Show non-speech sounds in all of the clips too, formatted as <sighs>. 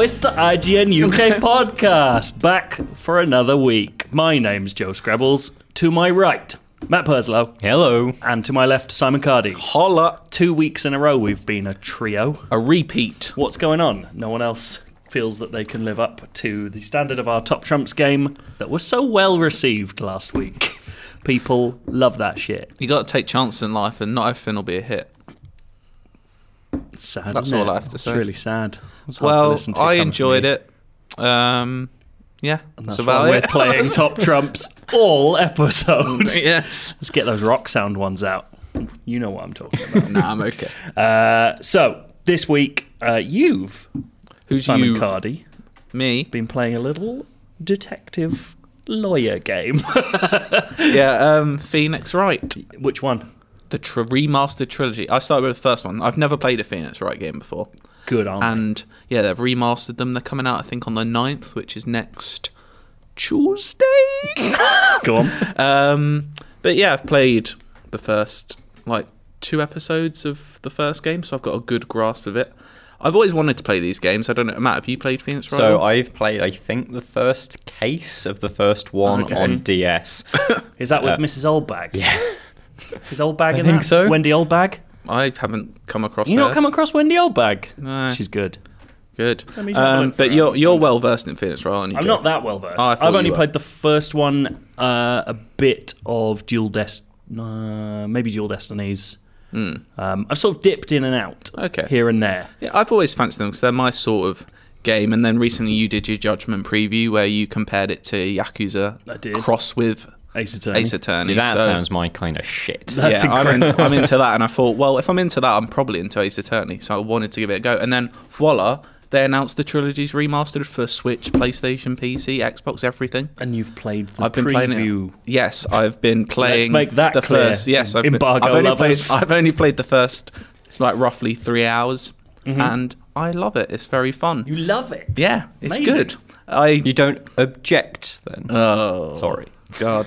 it's the IGN UK podcast, back for another week. My name's Joe Scrabbles. To my right, Matt Perslow. Hello. And to my left, Simon Cardy. Holla. Two weeks in a row, we've been a trio. A repeat. What's going on? No one else feels that they can live up to the standard of our Top Trumps game that was so well received last week. People love that shit. You got to take chances in life, and not everything will be a hit. It's sad. That's isn't all it? I have to It's say. really sad. It's hard to Well, listen to I coming from enjoyed you. it. Um, yeah, That's that's about why we're it. playing Top Trumps all episode. <laughs> yes. Let's get those rock sound ones out. You know what I'm talking <laughs> about. nah, I'm okay. uh, so this week, uh, you've Who's Simon you? Cardy Me. been playing a little detective lawyer game. <laughs> Yeah. Um, Phoenix Wright. Which one? The tr- remastered trilogy. I started with the first one. I've never played a Phoenix Wright game before, Good on. and yeah, they've remastered them. They're coming out, I think, on the 9th, which is next Tuesday. Go on. Um, but yeah, I've played the first like two episodes of the first game, so I've got a good grasp of it. I've always wanted to play these games. I don't know, Matt. Have you played Phoenix Wright? So I've played, I think, the first case of the first one Okay. on <laughs> DS. Is that with Uh, Mrs. Oldbag? Yeah. Is Oldbag I in think that? so. Wendy Oldbag? I haven't come across. You her. not come across Wendy Oldbag? No. She's good. good. Let me just have a Um, look but for you're her. you're well versed in Phoenix Wright, aren't you? I'm Joe? not that well versed. Oh, I thought I've you only were. played the first one, uh, a bit of Dual Dest, uh, maybe Dual Destinies. Um, I've sort of dipped in and out, Hmm. Okay. here and there. Yeah, I've always fancied them because they're my sort of game. And then recently you did your judgment preview where you compared it to Yakuza I did. cross with Ace Attorney. Ace Attorney. See, that so- sounds my kind of shit. That's yeah, I'm incredible. into, I'm into that, and I thought, well, if I'm into that, I'm probably into Ace Attorney, so I wanted to give it a go. And then, voila, they announced the trilogy's remastered for Switch, PlayStation, PC, Xbox, everything. And you've played the I've been preview. playing it. Yes, I've been playing. make that the clear, first. Yes, I've, embargo been, I've, only played, lovers. I've only played the first, like roughly three hours, and I love it. It's very fun. Mm-hmm. You love it. yeah, it's Amazing. good. I You don't object then? oh Sorry. God,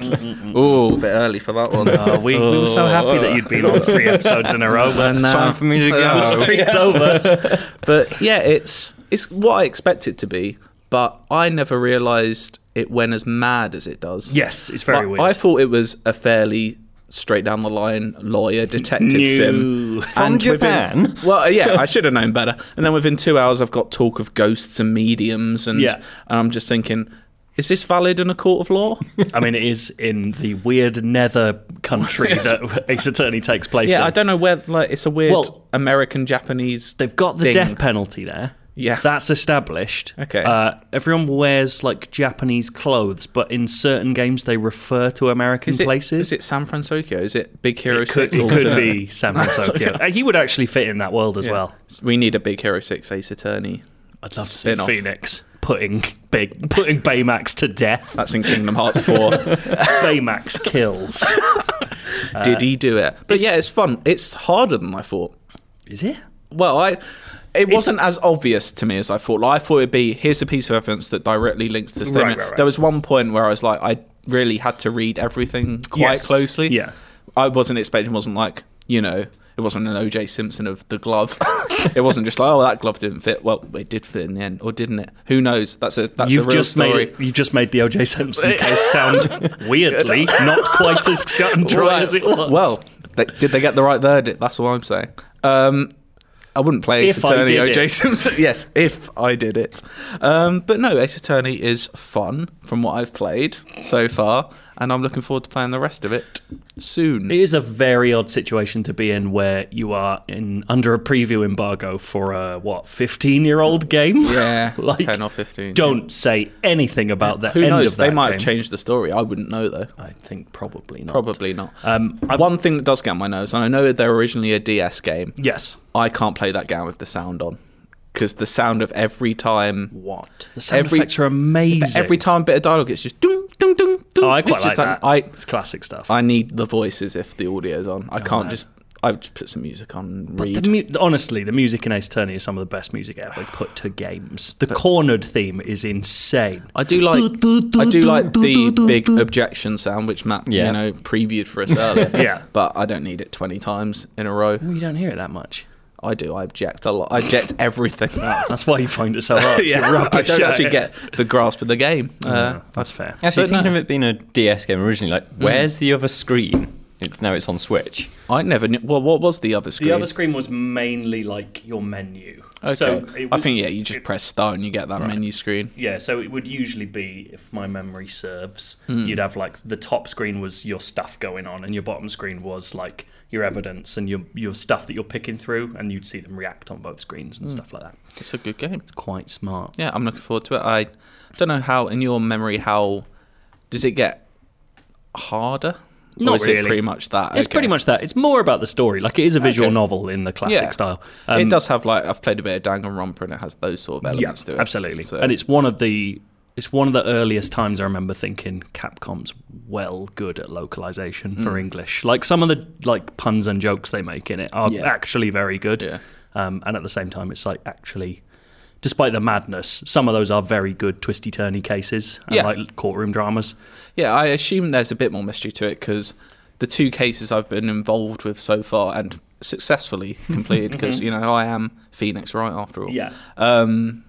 oh, bit early for that one. Uh, we, we were so happy that you'd been on three episodes in a row, but Oh. <laughs> And, <laughs> uh, Time for me to the go. streak's <laughs> over. But yeah, it's it's what I expect it to be, but I never realised it went as mad as it does. Yes, it's very Like, weird. I thought it was a fairly straight down the line lawyer detective No. sim. From Japan? Within, well, uh, yeah, <laughs> I should have known better. And then within two hours, I've got talk of ghosts and mediums, and, Yeah. and I'm just thinking, is this valid in a court <laughs> of law? I mean, it is in the weird nether <laughs> country that Ace Attorney takes place in. yeah, I don't know where. Like, it's a weird Well- American Japanese. They've got the thing. death penalty there. Yeah. That's established. Okay. Uh, everyone wears like Japanese clothes, but in certain games they refer to American Is it, places. is it San Francisco? Is it Big Hero It could, Six? it could alternate? <laughs> be San Francisco. Uh, He would actually fit in that world as Yeah. well. we need a Big Hero Six Ace Attorney. I'd love Spin-off. to see Phoenix putting big putting Baymax to <laughs> death. That's in Kingdom <laughs> Hearts 4. Baymax kills. Did he do it? But it's- yeah, it's fun. It's harder than I thought. Is it? Well, I it wasn't as obvious to me as I thought. Like, I thought it'd be here's a piece of evidence that directly links to the statement. right, right. There was one point where I was like, I really had to read everything quite Yes. closely. Yeah. I wasn't expecting. Wasn't like you know. It wasn't an OJ Simpson of the glove. <laughs> it wasn't just like, oh, that glove didn't fit. Well, it did fit in the end, or didn't it? Who knows? That's a that's You've a real just story. made you've just made the OJ Simpson case <laughs> sound weirdly not quite as <laughs> shut and dry Well, as it was. Well, they, did they get the right verdict? That's all I'm saying. Um, I wouldn't play Ace If I Attorney did OJ it. Simpson. <laughs> Yes, if I did it. Um, but no, Ace Attorney is fun from what I've played so far, and I'm looking forward to playing the rest of it soon. It is a very odd situation to be in where you are in under a preview embargo for a what fifteen year old game. <laughs> yeah, like, ten or fifteen. Don't say anything about that. Who end knows? Of They that might have game. changed the story. I wouldn't know though. I think probably not. Probably not. Um, I've- One thing that does get on my nerves, and I know they're originally a DS game. Yes. I can't play that game with the sound on because the sound of every time What? The sound Every- effects are amazing. Every time a bit of dialogue, it's just doom, doom, doom, doom. Oh, I quite it's like just that. I, it's classic stuff. I need the voices if the audio's on. I can't no. just. I would just put some music on and read. The mu- honestly, the music in Ace Attorney is some of the best music <sighs> ever put to games. The cornered theme is insane. I do like. I do like the big objection sound, which Matt, Yeah. <laughs> you know, previewed for us earlier. Yeah. But I don't need it twenty times in a row. You don't hear it that much. I do. I object a lot. I object everything. <laughs> That's why you find it so hard. yeah, <laughs> to rubbish <laughs> I don't at actually it. get the grasp of the game. Uh, No, that's fair. Actually, But thinking no. of it being a DS game originally, like, where's the other screen? It- Now it's on Switch. I never knew. Well, what was the other screen? The other screen was mainly like your menu. Okay. So it I was- think yeah, you just press start and you get that menu screen. Yeah, so it would usually be, if my memory serves, Hmm. you'd have like the top screen was your stuff going on, and your bottom screen was like your evidence and your your stuff that you're picking through, and you'd see them react on both screens Hmm. and stuff like that. It's a good game. Quite smart. Yeah, I'm looking forward to it. I don't know how in your memory how does it get harder? Or Not is It really. pretty much that. It's Okay. pretty much that. It's more about the story. Like it is a visual Okay. novel in the classic Yeah. style. Um, it does have like I've played a bit of Danganronpa and it has those sort of elements to it. Absolutely. So- And it's one of the it's one of the earliest times I remember thinking Capcom's well good at localization Hmm. for English. Like some of the like puns and jokes they make in it are Yeah. actually very good. Yeah. Um, and at the same time, it's like actually, despite the madness, some of those are very good twisty turny cases and Yeah. like courtroom dramas. Yeah, I assume there's a bit more mystery to it because the two cases I've been involved with so far and successfully <laughs> completed, because you know I am Phoenix Wright after all. Yeah. Um,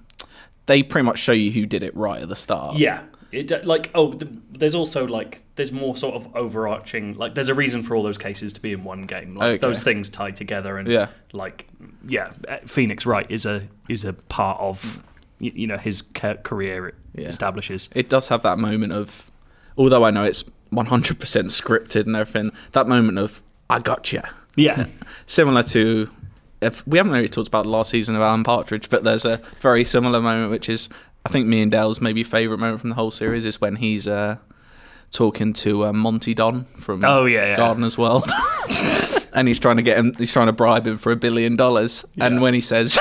they pretty much show you who did it right at the start. Yeah. It, uh, like oh, th there's also like there's more sort of overarching like there's a reason for all those cases to be in one game. Like Okay. those things tied together and Yeah. like yeah, uh, Phoenix Wright is a is a part of you, you know his ca- career it Yeah. establishes. It does have that moment of, although I know it's 100% scripted and everything, that moment of I gotcha. Yeah, <laughs> Similar to, if we haven't really talked about last season of Alan Partridge, but there's a very similar moment which is I think me and Dale's maybe favourite moment from the whole series is when he's uh, talking to uh, Monty Don from Oh, yeah, yeah. Gardener's World. <laughs> and he's trying to get him he's trying to bribe him for a billion dollars and when he says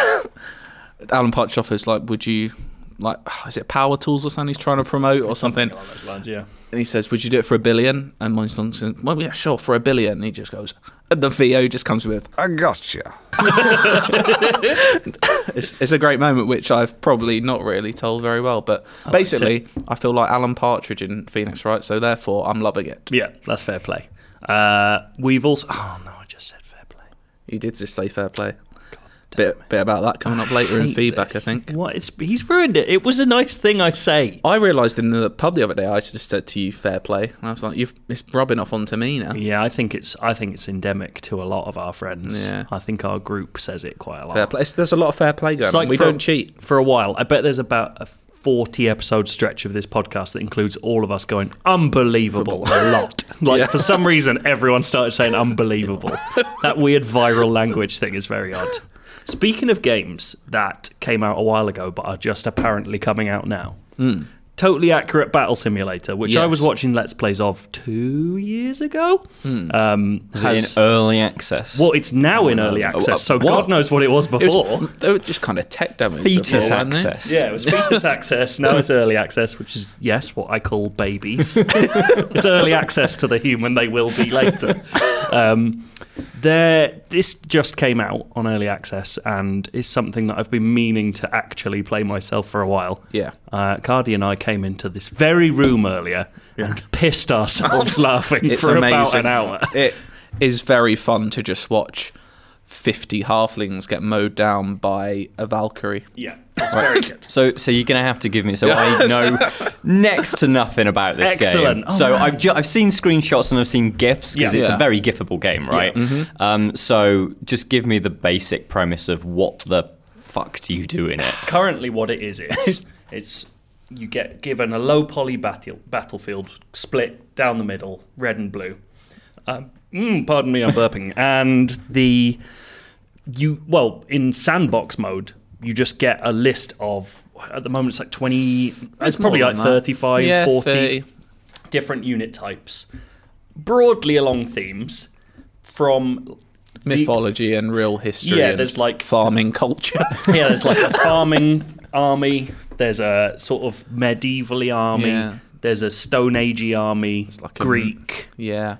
<laughs> alan potch offers like would you like <sighs> is it power tools or something he's trying to promote or something along those lines. Yeah, and he says would you do it for a billion and Monty Don says well yeah sure for a billion and he just goes and the vo just comes with I gotcha. it's, it's a great moment which i've probably not really told very well but basically i feel like alan partridge in phoenix right so therefore i'm loving it yeah, that's fair play. Uh, we've also oh no, I just said fair play. you did just say fair play bit, bit about that coming up later in Hate feedback this. i think what it's he's ruined it. It was a nice thing I say. I realised in the pub the other day I just said to you fair play, and I was like, "You've it's rubbing off onto me now." Yeah, I think it's I think it's endemic to a lot of our friends. Yeah. I think our group says it quite a lot. Fair play. It's- There's a lot of fair play going. It's on. like we for- don't cheat. for a while. I bet there's about a 40 episode stretch of this podcast that includes all of us going unbelievable a lot. Like for some reason everyone started saying unbelievable. that weird viral language thing is very odd. Speaking of games that came out a while ago but are just apparently coming out now. Totally accurate battle simulator, which I was Yes. watching Let's Plays of two years ago. Um, Is has- it in early access? well, it's now in early access, so God knows what it was It was, before. they were just kind of tech damage. before, Fetus weren't they? access. Yeah, it was fetus access. Now it's early access, which is yes, what I call babies. <laughs> it's early access to the human they will be later. Um, there, this just came out on early access, and is something that I've been meaning to actually play myself for a while. Yeah. uh, Cardi and I came into this very room earlier and pissed <laughs> ourselves laughing It's for amazing. about an hour. <laughs> <laughs> It is very fun to just watch fifty halflings get mowed down by a Valkyrie. Yeah, it's very good. So, so you're gonna have to give me. So I <laughs> know next to nothing about this Excellent. game. Oh, so man. I've ju- I've seen screenshots and I've seen gifs because Yeah. it's Yeah. a very gifable game, right? Um, so just give me the basic premise of what the fuck do you do in it? currently what it is <laughs> is it's you get given a low poly battle, battlefield split down the middle red and blue um, mm, pardon <laughs> me i'm burping and the you well in sandbox mode you just get a list of at the moment it's like 20 it's, probably more like than that. 35 Yeah, 40 30. different unit types broadly along themes from Mythology and real history. Yeah, and there's like- <laughs> farming culture. <laughs> yeah, there's like a farming army. There's a sort of medievally army. Yeah. There's a Stone Agey army. like a- Greek yeah,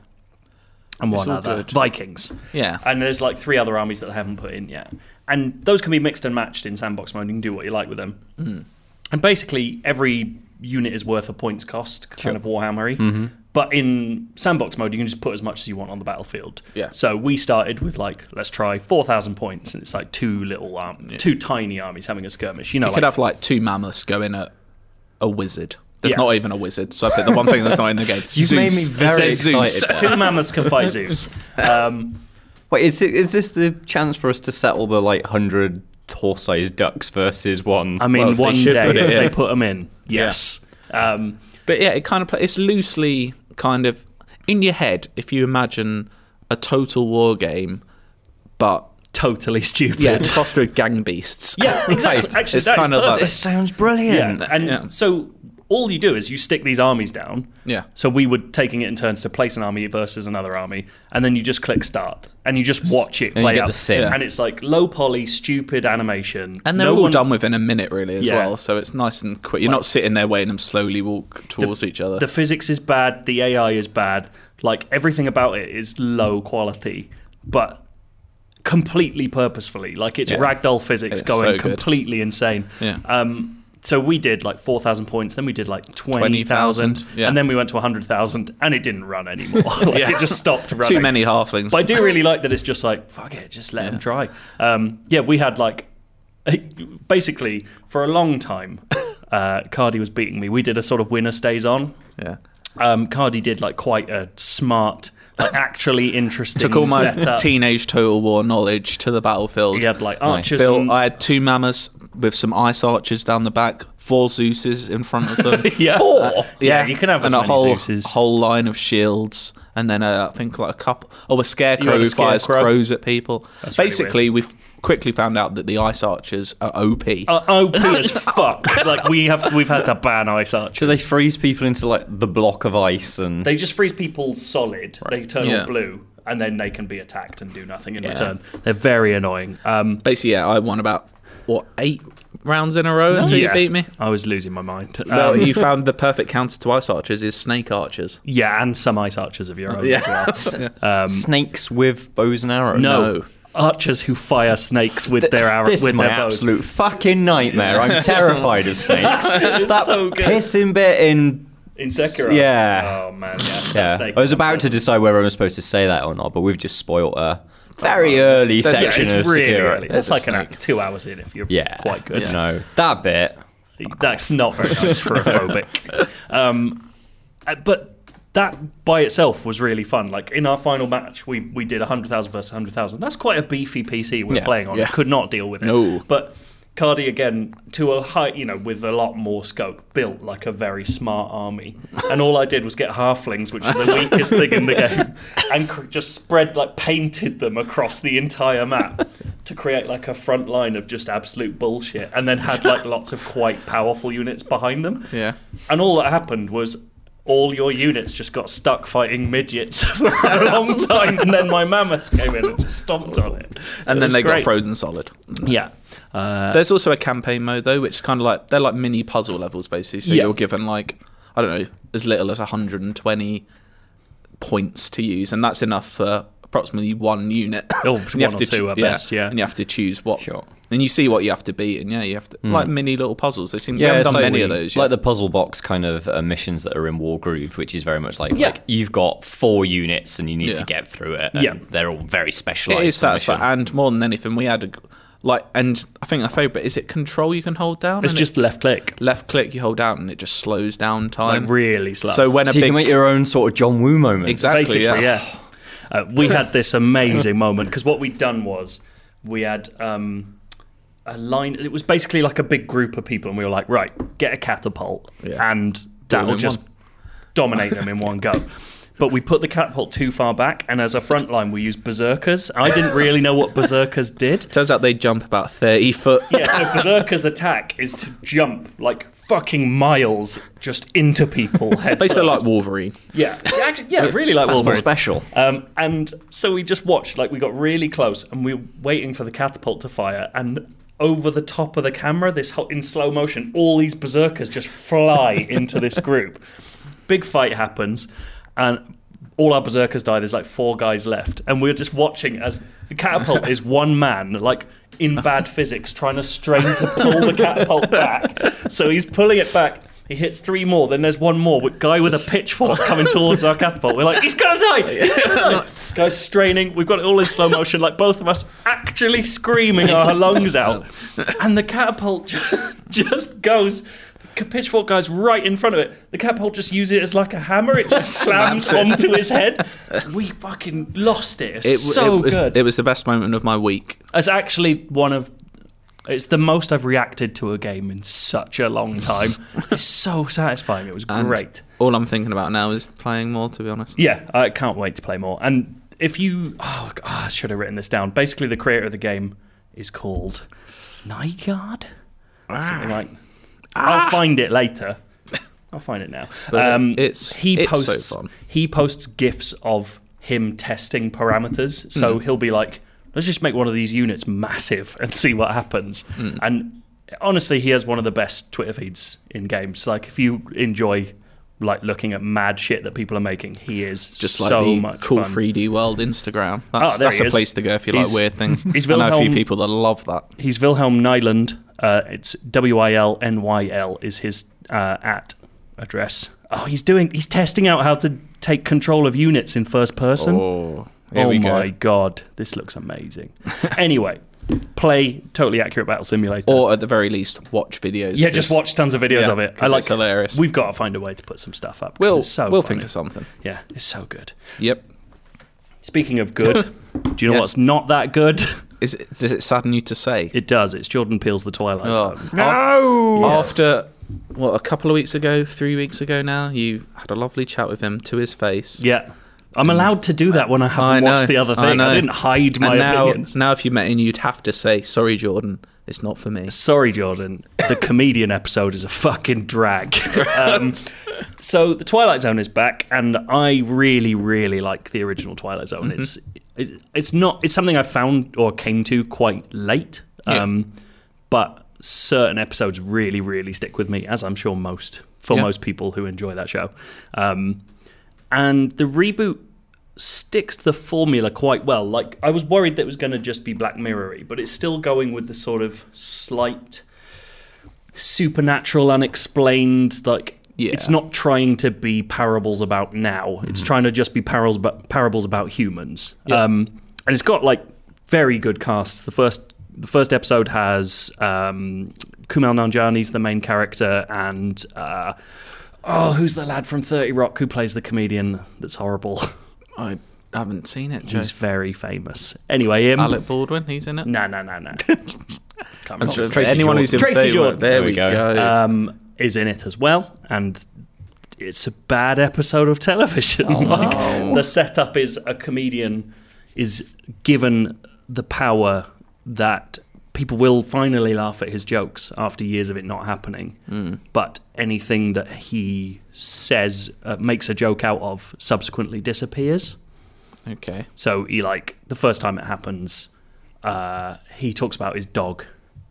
and one all other good. Vikings. Yeah. and there's like three other armies that they haven't put in yet. Mm. And those can be mixed and matched in sandbox mode. You can do what you like with them. And basically, every unit is worth a points cost kind of Warhammery. Mm-hmm. But in sandbox mode, you can just put as much as you want on the battlefield. Yeah. So we started with like, let's try four thousand points, and it's like two little arm, two tiny armies having a skirmish. You know, You like, could have like two mammoths going at a wizard. There's Yeah. not even a wizard, so I picked the one thing that's not in <laughs> the game. You've made me very It says excited. two mammoths can fight <laughs> Zeus. Um, <sighs> Wait, is this, is this the chance for us to settle the like hundred horse-sized ducks versus one? I mean, Well, they one should day put it if they in. put them in. Yes. Um, But yeah, it kind of play, it's loosely kind of in your head if you imagine a total war game, but totally <laughs> stupid. yeah, it's plus with gang beasts. <laughs> <laughs> Yeah, exactly. Actually, It's that's kind of like- perfect. this sounds brilliant. Yeah, and Yeah. so all you do is you stick these armies down. Yeah. So we were taking it in turns to place an army versus another army, and then you just click start and you just watch it you play get out. the sim. Yeah. And it's like low poly, stupid animation, And they're No all one- done within a minute, really, as Yeah. well. So it's nice and quick. You're not sitting there waiting them slowly walk towards each other. The physics is bad. The AI is bad. Like everything about it is low quality, but completely purposefully. Like it's Yeah. ragdoll physics It's so going good. completely insane. Yeah. Um, so we did like four thousand points. Then we did like twenty thousand, 20,000, yeah. and then we went to hundred thousand, and it didn't run anymore. <laughs> like, It just stopped running. Too many halflings. But I do really like that it's just like fuck it, just let them try. Um, yeah, we had like <laughs> basically for a long time, uh, Cardi was beating me. We did a sort of winner stays on. yeah. Um, Cardi did like quite a smart, <laughs> like actually interesting. Took all my setup. teenage total war knowledge to the battlefield. He had like archers. Bill, and- I had two mammoths with some ice archers down the back, four Zeuses in front of them. <laughs> yeah. Uh, yeah, you can have as and a many whole Zeuses. whole line of shields, and then uh, I think like a couple. Oh, a scarecrow You had a who fires scarecrow. crows at people. really Basically, we've quickly found out that the ice archers are OP. Uh, OP as fuck. <laughs> Like we have, we've had to ban ice archers. Do they freeze people into like the block of ice and They just freeze people solid. They turn Yeah. all blue, and then they can be attacked and do nothing in return. They're very annoying. Um, Basically, yeah, I won about what eight rounds in a row until yeah. you beat me. I was losing my mind. Um, Well, you found the perfect counter to ice archers is snake archers. yeah, and some ice archers of your own <laughs> as well. snakes with bows and arrows? No. No. Archers who fire snakes with their arrow, This is with my their bows. absolute fucking <laughs> nightmare. I'm terrified of snakes. that so good. pissing bit in. In Sekiro. Yeah. Oh man. Yeah. Yeah. Snake. I was about to decide whether I'm supposed to say that or not, but we've just spoilt a very there's- early there's- Yeah, section Oh, it's of really Sekiro. early. That's There's a like an snake. act two hours in if you're Yeah, quite good. No, that bit. That's not very nice <laughs> for a phobic. Um, uh, but that by itself was really fun. Like in our final match, we, we did 100,000 versus 100,000. That's quite a beefy PC we're Yeah, playing on. yeah. Could not deal with it. No. But Cardi, again, to a height, you know, with a lot more scope, built like a very smart army. And all I did was get halflings, which <laughs> are the weakest thing in the game, and cr- just spread, like, painted them across the entire map to create, like, a front line of just absolute bullshit. And then had, like, lots of quite powerful units behind them. Yeah. And all that happened was all your units just got stuck fighting midgets <laughs> for a long time, and then my mammoths came in and just stomped on it. And It then was they great. got frozen solid. Yeah. Uh, There's also a campaign mode though, which is kind of like they're like mini puzzle levels basically. So Yeah. you're given like I don't know as little as 120 points to use, and that's enough for approximately one unit. Oh, <laughs> And one or two at best, yeah. and you have to choose what. Sure. And you see what you have to beat, and yeah, you have to Hmm. like mini little puzzles. They seem we Yeah, haven't it's done like many of we- those. Like yet. the puzzle box kind of uh, missions that are in War Groove, which is very much like, Yeah. like you've got four units and you need Yeah. to get through it. And Yeah. They're all very specialized. it is satisfying, mission. and more than anything, we had a, g- like, and I think our favorite is it control you can hold down. it's And just left click. it- left click you hold down, and it just slows down time. Like really slow. so when a So you big can make your own sort of John Woo moment. Exactly. basically, yeah. yeah. Uh, we had this amazing moment because what we'd done was we had um, a line. It was basically like a big group of people, and we were like, right, get a catapult, Yeah. and that them will in just one. dominate them in one go. But we put the catapult too far back, and as a front line, we used berserkers. I didn't really know what berserkers did. Turns out they jump about 30 foot. <laughs> Yeah, so Berserker's attack is to jump like fucking miles just into people head Basically, first. like Wolverine. Yeah, yeah, <laughs> actually, yeah, really like That's more Wolverine. special. Um, and so we just watched, like we got really close, and we were waiting for the catapult to fire, and over the top of the camera, this whole, in slow motion, all these berserkers just <laughs> fly into this group. Big fight happens, and all our berserkers die. There's like four guys left, and we're just watching as the catapult is one man, like in bad physics, trying to strain to pull the catapult back. So he's pulling it back. He hits three more. Then there's one more. With guy with a pitchfork coming towards our catapult. We're like, he's gonna die. He's gonna die. Guy's straining. We've got it all in slow motion. Like both of us actually screaming our lungs out. And the catapult ju- <laughs> just goes. The pitchfork guy's right in front of it. The catapult just uses it as like a hammer. It just <laughs> slams onto his head. We fucking lost it. It's It, w- so it was, good. It was the best moment of my week. It's actually one of. It's the most I've reacted to a game in such a long <laughs> time. it's so satisfying. It was And great. All I'm thinking about now is playing more. To be honest. Yeah, I can't wait to play more. And if you. Oh, g- ah, I should have written this down. Basically, the creator of the game is called Nygaard? Ah. Something like. I'll find it later. I'll find it now. Um, But it's- he it's so posts fun. he posts gifs of him testing parameters. So Mm. he'll be like, let's just make one of these units massive <laughs> and see what happens. Mm. And honestly, he has one of the best Twitter feeds in games. Like if you enjoy like looking at mad shit that people are making, he is Just like so the much cool fun. Oh, 3D world Instagram. That's, there that's he a is. place to go if you He's- like weird things. he's I know a few Wilhelm- people that love that. He's Wilhelm Nyland. Uh, it's W I L N Y L is his uh, at address. Oh, he's doing. He's testing out how to take control of units in first person. Oh, here oh we go. my god, this looks <laughs> amazing. anyway, play totally accurate battle simulator. Or at the very least, watch videos. yeah, just watch tons of videos yeah, of it. 'cause it's hilarious. We've got to find a way to put some stuff up. 'cause We'll it's so we'll funny. think of something. Yeah, it's so good. Yep. Speaking of <laughs> good, do you know Yes. what's not that good? <laughs> Is it, does it sadden you to say? It does. It's Jordan Peele's The Twilight Oh. Zone. No. After what a couple of weeks ago, three weeks ago now, you had a lovely chat with him to his face. Yeah. I'm allowed to do that when I haven't I know, watched the other I thing. I, know. didn't hide my and now, opinions. now if you met him, you'd have to say, "Sorry, Jordan, it's not for me." Sorry, Jordan. <laughs> The comedian episode is a fucking drag. Um, so the Twilight Zone is back, and I really, really like the original Twilight Zone. Mm-hmm. It's it, it's not it's something I found or came to quite late, Yeah. um, but certain episodes really, really stick with me, as I'm sure most for Yeah. most people who enjoy that show. Um, and the reboot sticks to the formula quite well. Like I was worried that it was going to just be Black Mirror-y, but it's still going with the sort of slight supernatural, unexplained. Like Yeah. it's not trying to be parables about now. It's trying to just be parables about parables about humans. Um, and it's got like very good casts. The first the first episode has um, Kumail Nanjiani's the main character and. Uh, Oh, who's the lad from 30 Rock who plays the comedian that's horrible? <laughs> I haven't seen it, Joe. He's very famous. Anyway, him. Alec Baldwin, he's in it. No, no, no, <laughs> no. Can't remember his Tracy anyone who's in Jordan. Tracy favour, Jordan. There, we go. um, is in it as well, and it's a bad episode of television. <laughs> Like, The setup is a comedian is given the power that people will finally laugh at his jokes after years of it not happening. But anything that he says, uh, makes a joke out of, subsequently disappears. okay. So he like the first time it happens, uh, he talks about his dog,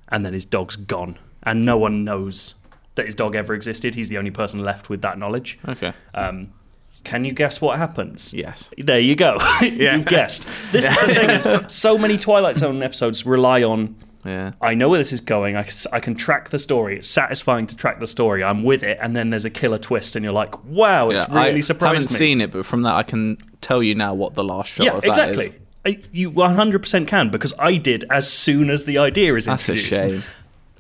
and then his dog's gone, and no one knows that his dog ever existed. He's the only person left with that knowledge. Okay. Um, can you guess what happens? Yes. There you go. <laughs> You've guessed. This is the thing <laughs> is so many Twilight Zone episodes rely on. Yeah. I know where this is going. I, can s- I can track the story. It's satisfying to track the story. I'm with it. And then there's a killer twist, and you're like, wow, it's Yeah, really I surprised haven't me. seen it, but from that I can tell you now what the last shot Yeah, of that is. exactly. I, you 100% can because I did as soon as the idea is That's a introduced. shame.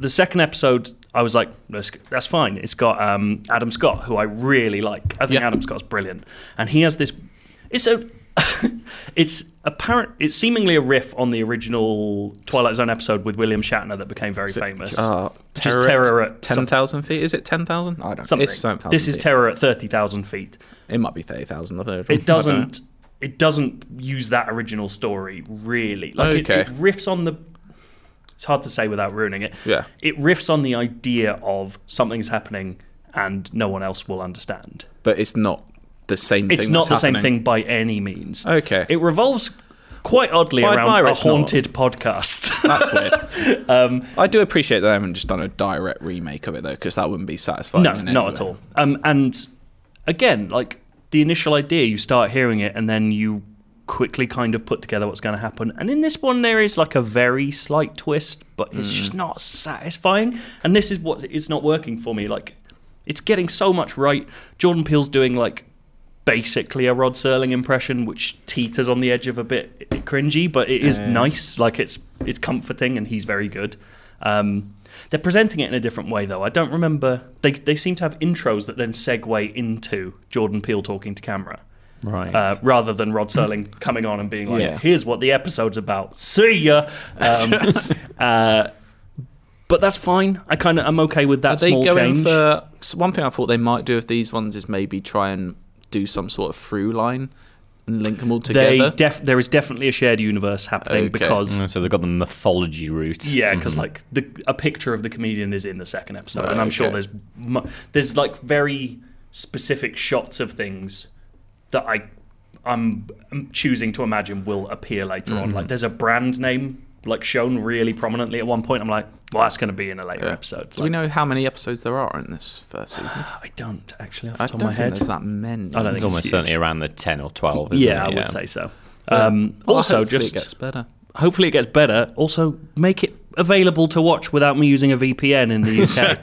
The second episode, I was like, that's, that's fine. It's got um, Adam Scott, who I really like. I think Yeah. Adam Scott's brilliant, and he has this. It's a, <laughs> it's apparent. It's seemingly a riff on the original Twilight Zone episode with William Shatner that became very famous. Uh, Which is terror, terror at ten thousand feet. Is it ten thousand? I don't. know. something. It's something. this is terror at thirty thousand feet. It might be thirty thousand. I've heard. it doesn't it doesn't use that original story really like it- Okay. it, riffs on the it's hard to say without ruining it Yeah. it riffs on the idea of something's happening and no one else will understand But it's not the same. it's thing not the that's same happening. thing by any means Okay. it <laughs> revolves quite oddly I around admire a it's not. haunted podcast <laughs> That's weird. um, I do appreciate that I haven't just done a direct remake of it though, because that wouldn't be satisfying. no in any not at way. all um, and again like the initial idea you start hearing it and then you quickly kind of put together what's going to happen and in this one there is like a very Mm. slight twist but it's just not satisfying and this is what it's not working for me like It's getting so much right. Jordan Peele's doing like basically a Rod Serling impression, which teeters on the edge of a bit cringy, but it is nice. Like it's it's comforting, and he's very good. Um, they're presenting it in a different way, though. I don't remember. They they seem to have intros that then segue into Jordan Peele talking to camera, Right. uh, rather than Rod Serling coming on and being like, Yeah. "Here's what the episode's about. See ya." Um, <laughs> uh, but that's fine. I kind of I'm okay with that Are they small going change. for so one thing? I thought they might do with these ones is maybe try and do some sort of through line and link them all they together. def- there is definitely a shared universe happening Okay. because Mm, so they've got the mythology route. Yeah, because Mm-hmm. like the, a picture of the comedian is in the second episode, Right, and I'm sure okay. there's mu- there's like very specific shots of things that I I'm, I'm choosing to imagine will appear later on. Mm-hmm. Like there's a brand name like shown really prominently at one point. I'm like, well, that's going to be in a later episode. do we know how many episodes there are in this first season? I don't actually off the I top don't of my think head. there's that many. I don't It's think almost it's certainly huge. around the 10 or 12, isn't Yeah, it? I would say so. Um, Well, also, Oh, hopefully just it gets better. hopefully it gets better. Also, make it available to watch without me using a VPN in the <laughs>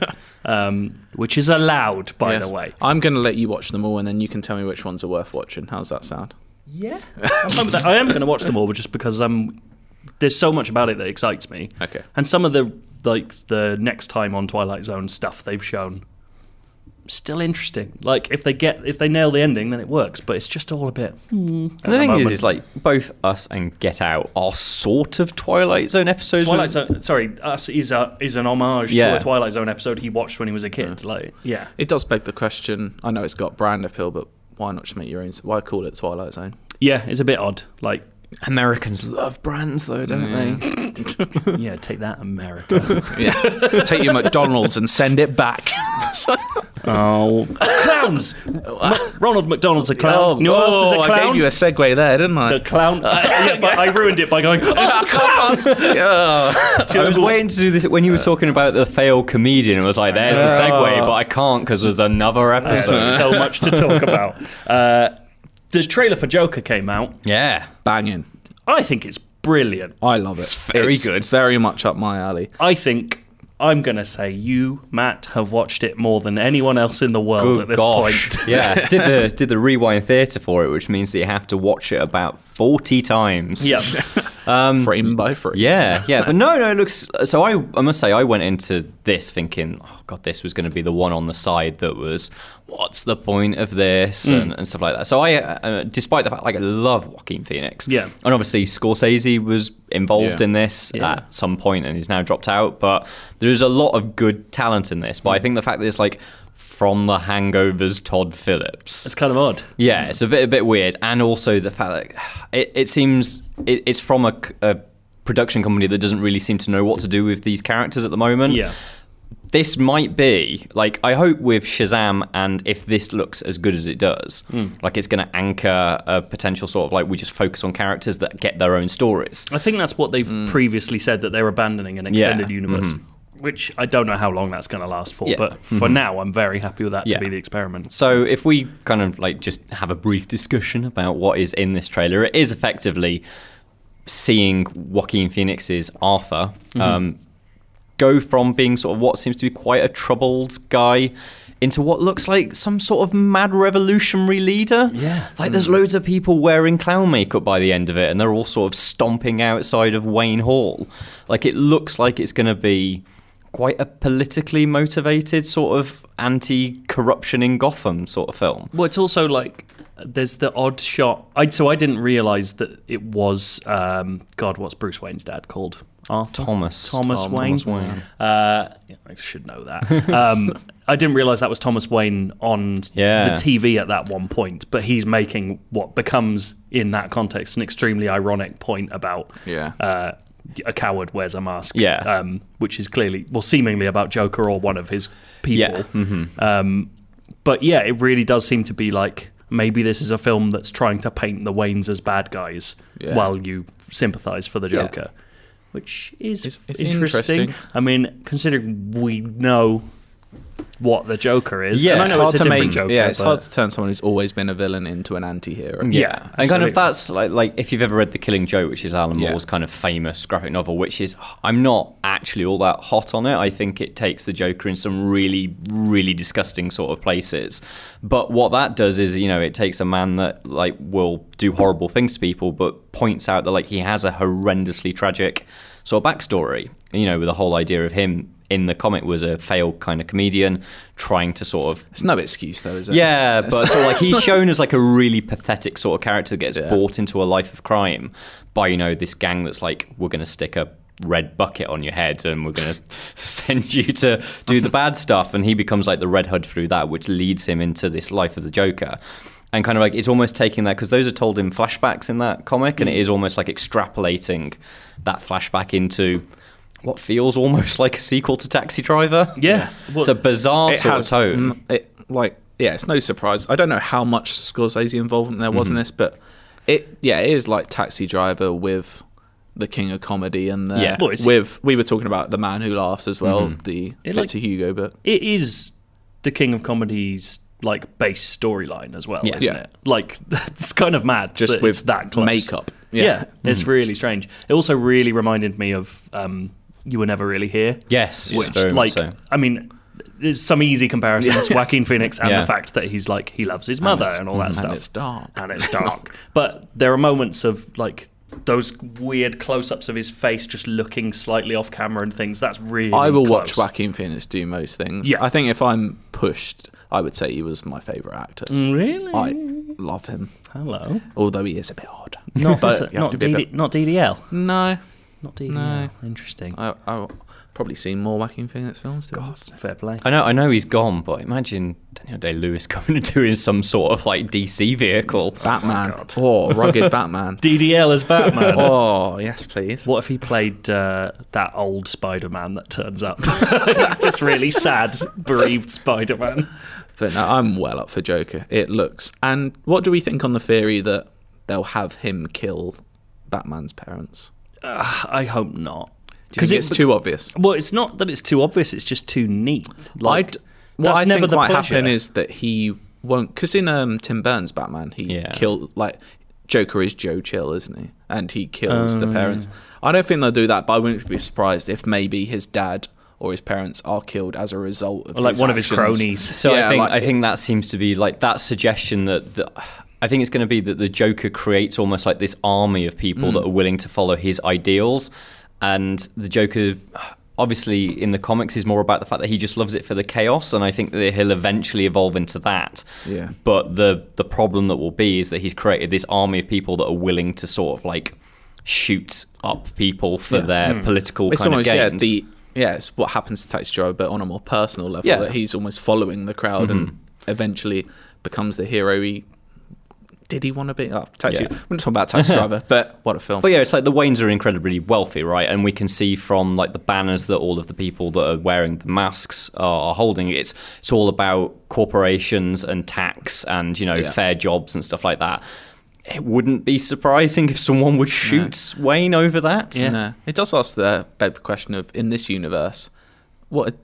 UK, um, which is allowed, by Yes. the way. I'm going to let you watch them all, and then you can tell me which ones are worth watching. How's that sound? Yeah, I'm fine with that. I am going to watch them all, but just because I'm there's so much about it that excites me. Okay. and some of the like the next time on Twilight Zone stuff they've shown still interesting. Like if they get if they nail the ending, then it works. But it's just all a bit. hmm, at And the thing moment. is, is like both us and Get Out are sort of Twilight Zone episodes. Twilight with- Zone. Sorry, us is a is an homage to Yeah. a Twilight Zone episode he watched when he was a kid. Mm. Like, yeah. It does beg the question. I know it's got brand appeal, but why not just make your own? Why call it Twilight Zone? Yeah, it's a bit odd. Like, Americans love brands, though, don't they? Mm. <laughs> yeah, take that, America. Yeah, take your McDonald's and send it back. <laughs> oh, <laughs> clowns! M- Ronald McDonald's a Oh, clown. New Orleans is a I clown. gave you um, a segue there, didn't I? the <laughs> <laughs> clown. Uh, yeah, but I ruined it by going. Oh, I was waiting to do this when you were talking about the failed comedian. It was like, there's the segue, but I can't because there's another episode. there's so much to talk about. Uh, the trailer for Joker came out. <laughs> Yeah. Banging. I think it's brilliant. I love it. very good. Very much up my alley. I think I'm gonna say you, Matt, have watched it more than anyone else in the world at this point. Oh, yeah, did the did the rewind theatre for it, which means that you have to watch it about forty times. <laughs> Yeah. frame by frame. <laughs> Yeah, yeah, but no, no, it looks. So I, I must say, I went into this thinking, oh god, this was going to be the one on the side that was, what's the point of this Hmm. and, and stuff like that. So I, uh, despite the fact, like, I love Joaquin Phoenix. Yeah. and obviously Scorsese was involved Yeah. in this at some point and he's now dropped out. But there's a lot of good talent in this. But Hmm. I think the fact that it's like from the Hangovers, Todd Phillips. It's kind of odd. Yeah, it's a bit a bit weird, and also the fact that it, it seems it, it's from a, c- a production company that doesn't really seem to know what to do with these characters at the moment. Yeah. this might be like I hope with Shazam, and if this looks as good as it does, like it's going to anchor a potential sort of like we just focus on characters that get their own stories. I think that's what they've previously said that they're abandoning an Mm. Yeah, Mm-hmm. extended universe, which I don't know how long that's going to last for. Yeah. Mm-hmm. But for now, I'm very happy with that Yeah. to be the experiment. So if we kind of like just have a brief discussion about what is in this trailer, it is effectively seeing Joaquin Phoenix's Arthur um, go from being sort of what seems to be quite a troubled guy into what looks like some sort of mad revolutionary leader. Yeah. Hmm. Like there's loads of people wearing clown makeup by the end of it and they're all sort of stomping outside of Wayne Hall. Like it looks like it's going to be quite a politically motivated sort of anti-corruption in Gotham sort of film. Well, it's also like there's the odd shot. I so I didn't realize that it was um, God. What's Bruce Wayne's dad called? Arthur Thomas. Thomas Tom- Wayne. Thomas Wayne. Uh, yeah, I should know <laughs> that. Um, I didn't realize that was Thomas Wayne on Yeah. the TV at that one point, but he's making what becomes, in that context, an extremely ironic point about Yeah. uh, a coward wears a mask. Yeah. Um, which is clearly, well, seemingly about Joker or one of his people. Yeah. mm-hmm. Um, but yeah, it really does seem to be like maybe this is a film that's trying to paint the Waynes as bad guys Yeah. while you sympathize for the Yeah. Joker. Which is It's- it's interesting. interesting. I mean, considering we know what the Joker is. Yeah, and I it's know hard it's a to different make. Joker. yeah, it's but- hard to turn someone who's always been a villain into an anti-hero. Yeah, and kind absolutely. of that's like like if you've ever read The Killing Joke, which is Alan Yeah. Moore's kind of famous graphic novel, which is I'm not actually all that hot on it. I think it takes the Joker in some really really disgusting sort of places. But what that does is you know it takes a man that like will do horrible things to people, but points out that like he has a horrendously tragic sort of backstory. You know, with the whole idea of him in the comic was a failed kind of comedian trying to sort of It's no excuse though, is it? yeah, but It's- so, like he's shown as like a really pathetic sort of character that gets bought into a life of crime by you know this gang that's like we're gonna stick a red bucket on your head and we're gonna send you to do the bad stuff, and he becomes like the Red Hood through that, which leads him into this life of the Joker. And kind of like it's almost taking that because those are told in flashbacks in that comic, and it is almost like extrapolating that flashback into what feels almost like a sequel to Taxi Driver. Yeah. it's a bizarre it sort has of tone. mm, it, like yeah, it's no surprise. I don't know how much Scorsese involvement there Mm-hmm. was in this, but it yeah, it is like Taxi Driver with the King of Comedy and the, Yeah. Mm-hmm. Well, it's- with we were talking about the Man Who Laughs as well, the It, like- Victor Hugo book. it is the king of comedy's like base storyline as well, Yeah. isn't Yeah. it? Like <laughs> that's kind of mad. Just that with it's that close. makeup. Yeah, Yeah. Mm. it's really strange. It also really reminded me of um, "You Were Never Really Here." Yes, yes, which very much like so. I mean, there's some easy comparisons. Joaquin Phoenix and Yeah. the fact that he's like he loves his mother and, all that and stuff. it's dark. and it's dark. <laughs> but there are moments of like those weird close-ups of his face just looking slightly off camera and things. That's really I will watch close. Joaquin Phoenix do most things. Yeah. I think if I'm pushed, I would say he was my favorite actor. Really? I love him, Hello. although he is a bit odd. Mm. Not But not, you have to be a DD, bit- not DDL. No, Not DDL. No. Interesting. I, I've probably seen more Joaquin Phoenix films. to be honest. Fair <laughs> play. I know, I know he's gone, but imagine Daniel Day <laughs> Lewis coming and doing some sort of like DC vehicle. Batman. Oh, rugged Batman. DDL as <laughs> Batman. Oh, yes, please. What if he played uh, that old Spider Man that turns up? <laughs> It's just really sad, bereaved Spider Man. But no, I'm well up for Joker. It looks. And what do we think on the theory that they'll have him kill Batman's parents? I hope not. Because it's it- too obvious. Well, it's not that it's too obvious, it's just too neat. Like, Like, what that's I never think the might pleasure. happen is that he won't. Because in um, Tim Burns' Batman, he Yeah. killed like Joker is Joe Chill, isn't he? And he kills Um, the parents. I don't think they'll do that, but I wouldn't be surprised if maybe his dad or his parents are killed as a result of Or like one of his actions. cronies. So Yeah, I think like- I think that seems to be like that suggestion that the, I think it's going to be that the Joker creates almost like this army of people Mm. that are willing to follow his ideals, and the Joker. Obviously, in the comics, is more about the fact that he just loves it for the chaos, and I think that he'll eventually evolve into that. Yeah. But the the problem that will be is that he's created this army of people that are willing to sort of like shoot up people for their political Mm. it's kind almost of yeah gains. the yeah it's what happens to taxi driver but on a more personal level Yeah. Mm-hmm. that he's almost following the crowd and eventually becomes the hero he did he want to be oh, taxi Yeah. we're not talking about <laughs> taxi driver but what a film But yeah, it's like the Waynes are incredibly wealthy, right? And we can see from like the banners that all of the people that are wearing the masks are, are holding. It's it's all about corporations and tax and you know Yeah. fair jobs and stuff like that. It wouldn't be surprising if someone would shoot Wayne over that. No. it does ask the beg the question of in this universe what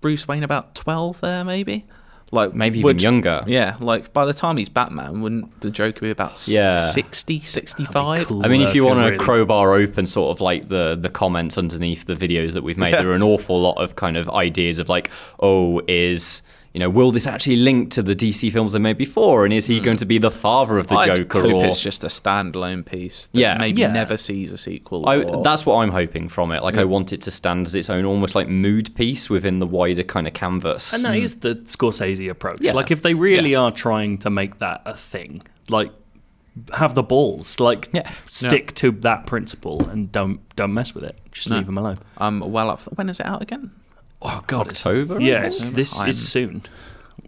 Bruce Wayne about 12 there maybe like Maybe even would- younger. yeah like by the time he's Batman wouldn't the Joker be about s- Yeah. 60 65 cool. I mean, Uh, if you feel want to really- crowbar open sort of like the the comments underneath the videos that we've made, there are an awful lot of kind of ideas of like, oh, is you know, will this actually link to the DC films they made before, and is he going to be the father of the Hmm. I'd Joker? hope or it's just a standalone piece that Yeah. maybe Yeah. never sees a sequel I, or- that's what I'm hoping from it. Like, I want it to stand as its own almost like mood piece within the wider kind of canvas. And that is the Scorsese approach. Mm. Yeah. Like, if they really are trying to make that a thing, like, have the balls. Like, Yeah. stick to that principle and don't don't mess with it. Just leave them alone. I'm um, well up. For, when is it out again? Oh God, it's- October, Yeah, I it's, think? this I'm- is soon.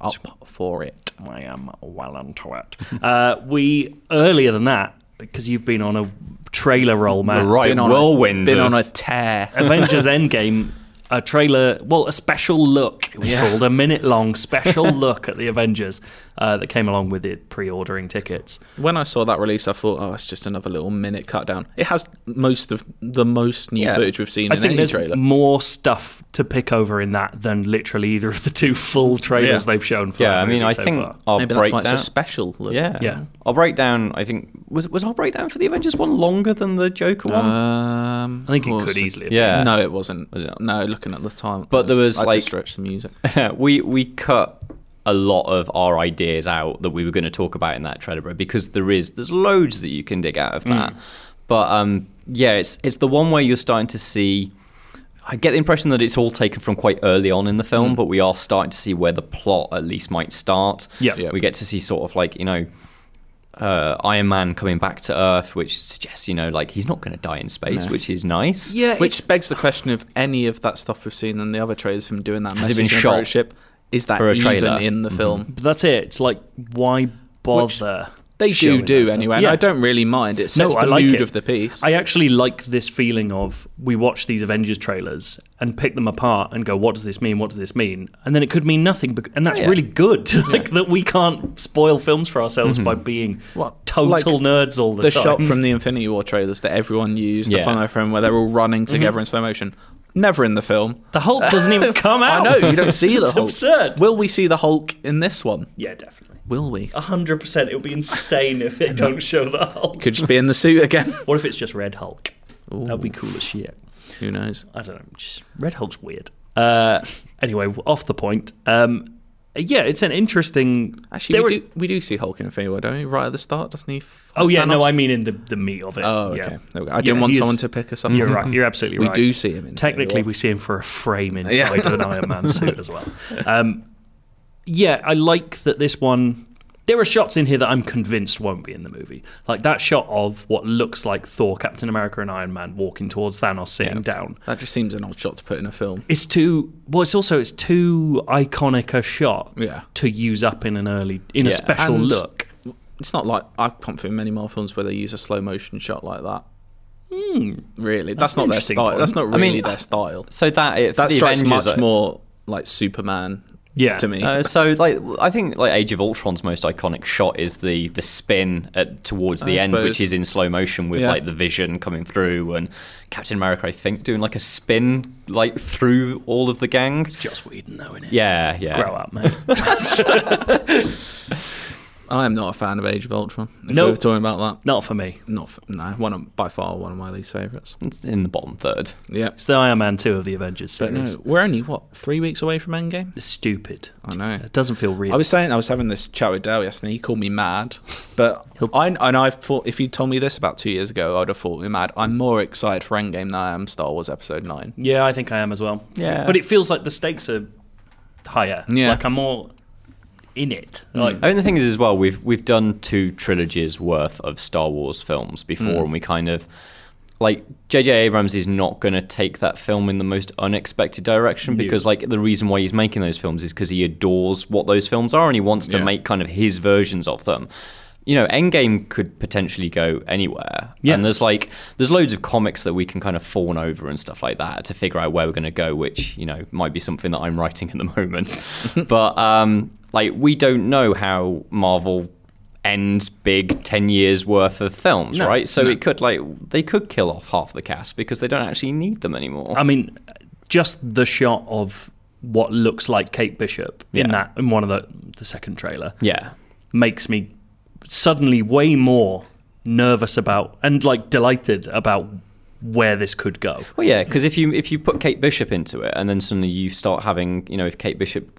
Up for it. I am well onto it. <laughs> Uh, we earlier than that because you've been on a trailer roll, man. <laughs> Right, Been on whirlwind A, been of- on a tear. <laughs> Avengers Endgame a trailer, well, a special look. It was Yeah. called a minute long special <laughs> look at the Avengers uh, that came along with it pre-ordering tickets. When I saw that release, I thought, oh, it's just another little minute cut down. It has most of the most new Yeah. footage we've seen I in think any there's trailer. more stuff to pick over in that than literally either of the two full trailers Yeah. they've shown. For Yeah, that I mean, movie I so think far. our Maybe that's why breakdown. it's a special. Look. yeah, Yeah. Our breakdown. I think was was our breakdown for the Avengers one longer than the Joker one. Um, I think it what could was easily. have yeah, No, it wasn't. Was it? No, looking at the time. But there was, I like- just stretched the <laughs> music. we we cut a lot of our ideas out that we were going to talk about in that trailer bro, because there is there's loads that you can dig out of Mm. that. But um, yeah, it's it's the one where you're starting to see. I get the impression that it's all taken from quite early on in the Mm. film, but we are starting to see where the plot at least might start. Yeah. Yeah. we get to see sort of like you know. Uh, Iron Man coming back to Earth, which suggests, you know, like he's not going to die in space, No. which is nice. Yeah, Which begs the question of any of that stuff we've seen in the other trailers from doing that. Has it been message in a shot pirate ship. Is that for a even trailer? Mm-hmm. in the film? But that's it. It's like why bother? They showing do do that stuff? anyway, and Yeah. I don't really mind. It sets I the like mood it. of the piece. I actually like this feeling of we watch these Avengers trailers and pick them apart and go, what does this mean? What does this mean? And then it could mean nothing, bec- and that's Yeah. really good. <laughs> like that we can't spoil films for ourselves by being Mm-hmm. What? total Like, nerds all the, the time. shot from the Infinity War trailers that everyone used, the Yeah. Mm-hmm. final frame where they're all running together in slow motion, never in the film. the Hulk doesn't even come <laughs> I out. know you don't <laughs> see the It's Hulk. absurd. Will we see the Hulk in this one? <laughs> yeah, definitely. Will we? hundred percent. It would be insane if <laughs> it don't show the Hulk. Could just be in the suit again. What if it's just Red Hulk? That'd be cool as shit. <laughs> Who knows? I don't know. Just Red Hulk's weird. Uh, anyway, off the point. Um, yeah, it's an interesting. Actually, there we were- do we do see Hulk in Infinity War, don't we? Right at the start, doesn't he? f- Oh yeah, no, Thanos? I mean in the the meat of it. Oh, Yeah. okay. There we go. I didn't Yeah, want he is- someone to pick us up. You're right. You're absolutely We right. do see him in Technically, Infinity we War. see him for a frame inside Yeah. an Iron Man suit as <laughs> well. Um, yeah, I like that this one. There are shots in here that I'm convinced won't be in the movie. Like that shot of what looks like Thor, Captain America, and Iron Man walking towards Thanos sitting down. That just seems an odd shot to put in a film. It's too well. It's also it's too iconic a shot Yeah. to use up in an early in a Yeah, special and- look. It's not like I can't think of many more films where they use a slow motion shot like that. Really, that's, Hmm. That's an not their interesting style. point. uh, That's not I really mean, their style. So that it, for That the strikes Avengers, much uh, more like Superman. Yeah. to me. Uh, so like I think like Age of Ultron's most iconic shot is the the spin at, towards the I end, suppose. which is in slow motion with Yeah. like the Vision coming through and Captain America, I think, doing like a spin like through all of the gang. It's Joss Whedon though, innit? Yeah, yeah. Grow up, mate. I am not a fan of Age of Ultron. If No. we were talking about Not for me. that, not f no, one of, by far one of my least favorites. Mm. It's in the bottom third. Yeah, It's the Iron Man two of the Avengers but no, series. we're only what three weeks away from Endgame. It's stupid. I know. It doesn't feel real. I was saying I was having this chat with Dale yesterday. He called me mad, but I and I've thought if you told me this about two years ago, I'd have thought me mad. I'm more excited for Endgame than I am Star Wars Episode Nine. yeah, I think I am as well. Yeah. But it feels like the stakes are higher. Yeah. Like I'm more in it. Like I mean, the thing is, as well, we've we've done two trilogies worth of Star Wars films before, and we kind of like J.J. Abrams is not going to take that film in the most unexpected direction because, like, the reason why he's making those films is because he adores what those films are, and he wants to Yeah. make kind of his versions of them. You know, Endgame could potentially go anywhere, Yeah. and there's like there's loads of comics that we can kind of fawn over and stuff like that to figure out where we're going to go, which you know might be something that I'm writing at the <laughs> <laughs> moment. but um, like we don't know how Marvel ends big 10 years worth of films No. right so it could like they could kill off half the cast because they don't actually need them anymore I mean, just the shot of what looks like Kate Bishop in Yeah. that in one of the the second trailer yeah makes me suddenly way more nervous about and like delighted about where this could go. Well, yeah, because if you if you put Kate Bishop into it, and then suddenly you start having, you know, if Kate Bishop,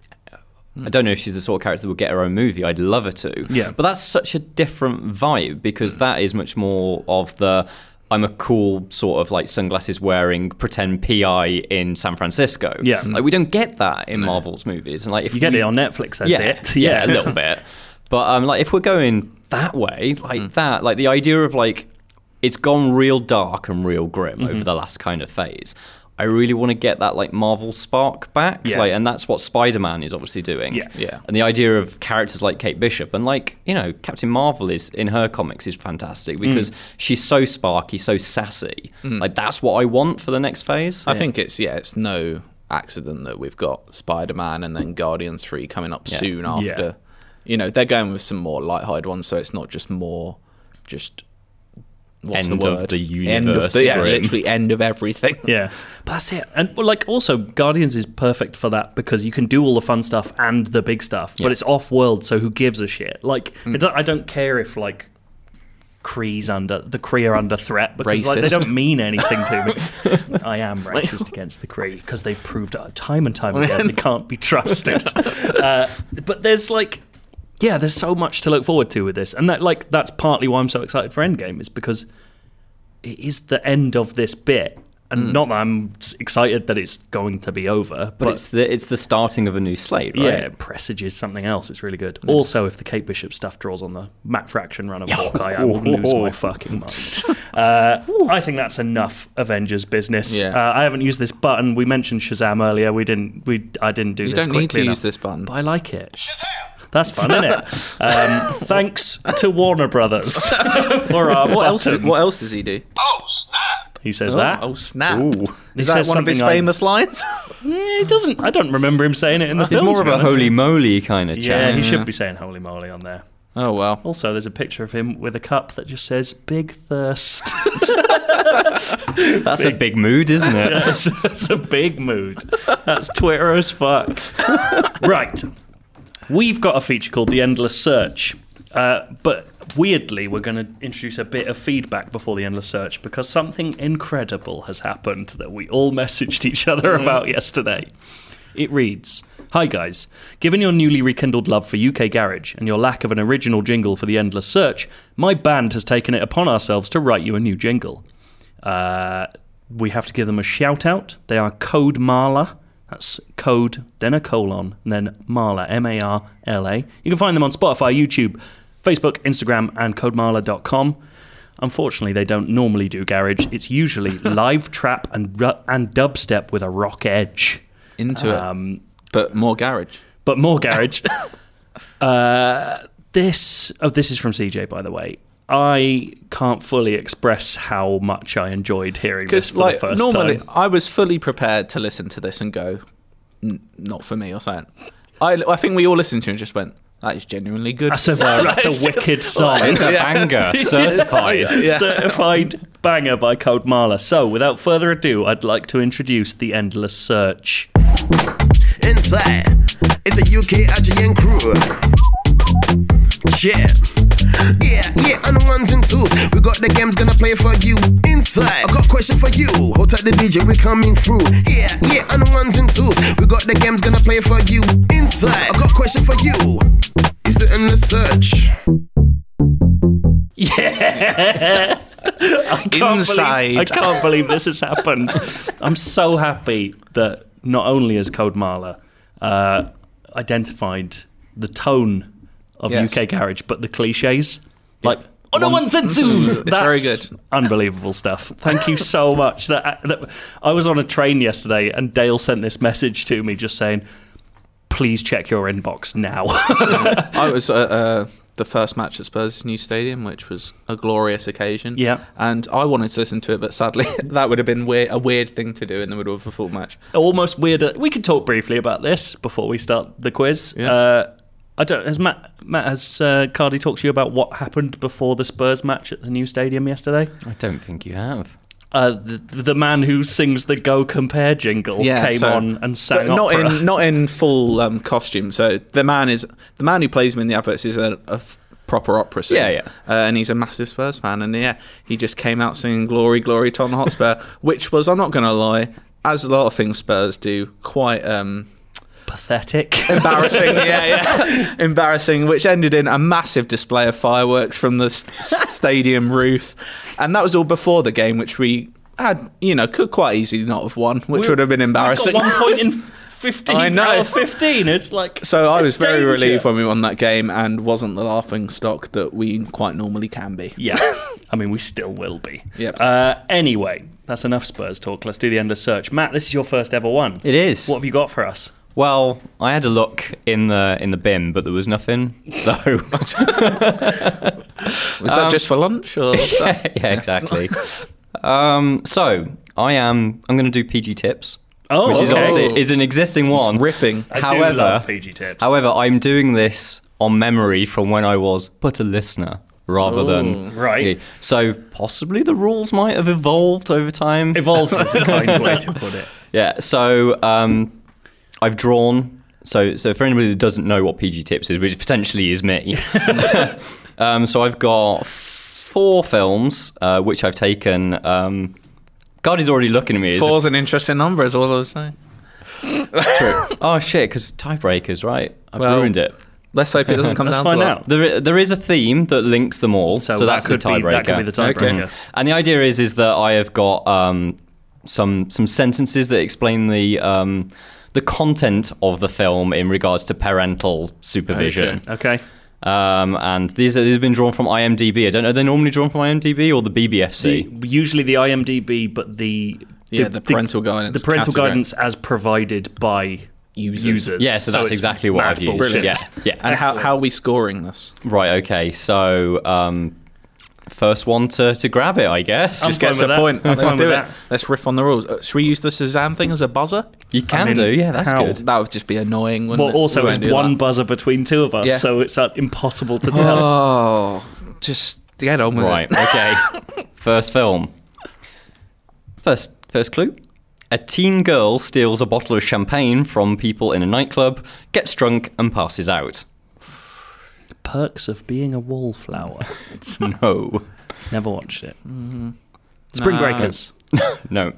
I don't know if she's the sort of character that would get her own movie. I'd love her to. Yeah. But that's such a different vibe because that is much more of the. I'm a cool sort of like sunglasses wearing pretend PI in San Francisco. Yeah. like we don't get that in Marvel's movies, and like if You get we- it on Netflix a <laughs> bit. Hmm. yeah, a little bit. But um, like if we're going that way, like Mm. that, like the idea of like it's gone real dark and real grim Mm-hmm. over the last kind of phase. I really want to get that like Marvel spark back, Yeah. like, and that's what Spider-Man is obviously doing. Yeah. Yeah. And the idea of characters like Kate Bishop and like you know Captain Marvel is in her comics is fantastic Mm. because she's so sparky, so sassy. Like that's what I want for the next phase. I think it's yeah, it's no accident that we've got Spider Man and then Guardians 3 coming up Yeah. soon Yeah. after. You know, they're going with some more light-hearted ones, so it's not just more just. What's End the of word? the End of universe, the, yeah, Grim. literally end of everything. Yeah, but that's it. And well, like also, Guardians is perfect for that because you can do all the fun stuff and the big stuff, but Yeah. it's off world, so who gives a shit? Like, it's not- I don't care if like Kree's under the Kree are under threat because like they Racist. don't mean anything to <laughs> me. I am racist against the Kree because they've proved uh, time and <laughs> time again they can't be <laughs> trusted. uh, but there's like. Yeah, there's so much to look forward to with this, and that like that's partly why I'm so excited for Endgame is because it is the end of this bit. And Mm. not that I'm s- excited that it's going to be over, but, But it's the it's the starting of a new slate, right? yeah, it presages something else. It's really good. Also, if the Kate Bishop stuff draws on the Matt Fraction <laughs> run of Hawkeye, I will lose my fucking mind. Uh, I think that's enough Avengers business. Yeah. Uh, I haven't used this button. We mentioned Shazam earlier. We didn't. We I didn't do You this. don't need to quickly use enough, this button. But I like it. That's fun, isn't it? Um, thanks to Warner Brothers <laughs> for our What else? button. What else does he do? He says that. Oh snap! He Is that says one of his something I- famous <laughs> lines? It Mm, doesn't. I don't remember him saying it in the It's film. more to of be a honest. holy moly kind of Yeah, chat. he should be saying holy moly on there. oh well. Also, there's a picture of him with a cup that just says "Big Thirst." <laughs> That's a big mood, <laughs> isn't it? that's, that's a big mood. That's Twitter as fuck. <laughs> right, we've got a feature called the Endless Search, uh, but weirdly, we're going to introduce a bit of feedback before the Endless Search because something incredible has happened that we all <laughs> messaged each other about yesterday. It reads Hi, guys. Given your newly rekindled love for UK Garage and your lack of an original jingle for The Endless Search, my band has taken it upon ourselves to write you a new jingle. Uh, we have to give them a shout out. They are Code Marla. That's code, then a colon, and then Marla, M A R L A. You can find them on Spotify, YouTube, Facebook, Instagram, and codemarla.com. Unfortunately, they don't normally do garage. It's usually live trap and, ru- and dubstep with a rock edge Into it, but more garage. but more garage. <laughs> uh, this oh, this is from CJ, by the way. I can't fully express how much I enjoyed hearing this Because for the like first normally, time. I was fully prepared to listen to this and go, "N- not for me or something. I I think we all listened to it and just went, that is genuinely good. That's a, uh, <laughs> that's a wicked song. It's <laughs> a banger, certified. Certified banger by Code Marla. So, without further ado, I'd like to introduce the Endless Search. Inside, it's a UK IGN crew. Yeah. Yeah, yeah, on the ones and twos. We got the games gonna play for you. Inside, I got a question for you. Hold tight, the DJ, we coming through. Yeah, yeah, on the ones and twos. We got the games gonna play for you. Inside, I got a question for you. Is it in the search? Yeah. I can't believe- Inside. I can't believe this has happened. <laughs> I'm so happy that not only has Code Marla uh, identified the tone of Yes. UK garage, but the cliches. Like, oh, no One- ones and twos. It's very good. Unbelievable stuff. Thank you so much. That, that I was on a train yesterday, and Dale sent this message to me just saying, "Please check your inbox now." <laughs> I was at uh, the first match at Spurs' new stadium, which was a glorious occasion. Yeah. and I wanted to listen to it, but sadly, <laughs> that would have been weird, a weird thing to do in the middle of a full match. almost weirder. We could talk briefly about this before we start the quiz. Yeah. Uh, I don't. Has Matt Matt has uh, Cardi talked to you about what happened before the Spurs match at the new stadium yesterday? I don't think you have. Uh, the, the man who sings the "Go Compare" jingle came so- on and sang but not opera. <laughs> in not in full um, costume. So the man is the man who plays him in the adverts is a, a f- proper opera singer. Yeah, yeah. Uh, and he's a massive Spurs fan, and yeah, he just came out singing "Glory, Glory, Tottenham Hotspur," <laughs> which was I'm not going to lie, as a lot of things Spurs do, quite. Um, Pathetic. <laughs> embarrassing, yeah, yeah, embarrassing. Which ended in a massive display of fireworks from the s- s- stadium roof, and that was all before the game, which we had, you know, could quite easily not have won, which would have been embarrassing. Got one point <laughs> in fifteen. I know. out of fifteen. It's like So I it's was very danger. relieved when we won that game and wasn't the laughing stock that we quite normally can be. <laughs> Yeah. I mean, we still will be. Yep. Uh, anyway, that's enough Spurs talk. Let's do the end of search. Matt, this is your first ever one. It is. What have you got for us? Well, I had a look in the in the bin, but there was nothing. <laughs> <laughs> So Was Um, that just for lunch or? <laughs> was that- yeah, exactly. um, so I am. I'm going to do PG tips. Oh, which is okay. obviously is an existing one. riffing. I however, do love PG tips. however, I'm doing this on memory from when I was but a listener rather than Right. So possibly the rules might have evolved over time. evolved is a kind way <laughs> to put it. Yeah. So um, I've drawn. So so for anybody that doesn't know what PG Tips is, which potentially is me. <laughs> um, so I've got four films uh, which I've taken. Um, God is already looking at me. Is it- Four's an interesting number, is all I was saying. oh shit! Because tiebreakers, right? I have Well, ruined it. Let's hope it doesn't <laughs> come Let's down to find that. out. There, i- there is a theme that links them all, so, that's that could the tiebreaker. Be, that could be the Okay. tiebreaker. And the idea is is that I have got um, some some sentences that explain the um, the content of the film in regards to parental supervision. Okay. Um, and these, are, these have been drawn from IMDb. I don't know. Are they normally drawn from IMDb or the BBFC? The- usually the IMDb, but the, Yeah, the parental guidance The parental category. guidance as provided by Users. users. yeah, so, that's it's exactly what mad I've used. bullshit. Yeah, yeah. And how, Excellent. how are we scoring this? <laughs> right. Okay. So um, first one to, to grab it, I guess. I'm Just fine gets with a that. point. I'm Let's fine do it. with that. Let's riff on the rules. Uh, should we use the Suzanne thing as a buzzer? you can mean, do. Yeah, that's how- good. That would just be annoying. Wouldn't But it? also, We it's won't do one that. buzzer between two of us, Yeah. so it's uh, impossible <laughs> to tell. Oh, just get on with Right. it. Okay. first film. First first clue. A teen girl steals a bottle of champagne from people in a nightclub, gets drunk, and passes out. Perks of being a wallflower. <laughs> No. Never watched it. Spring Mm-hmm. Nah. Breakers. No.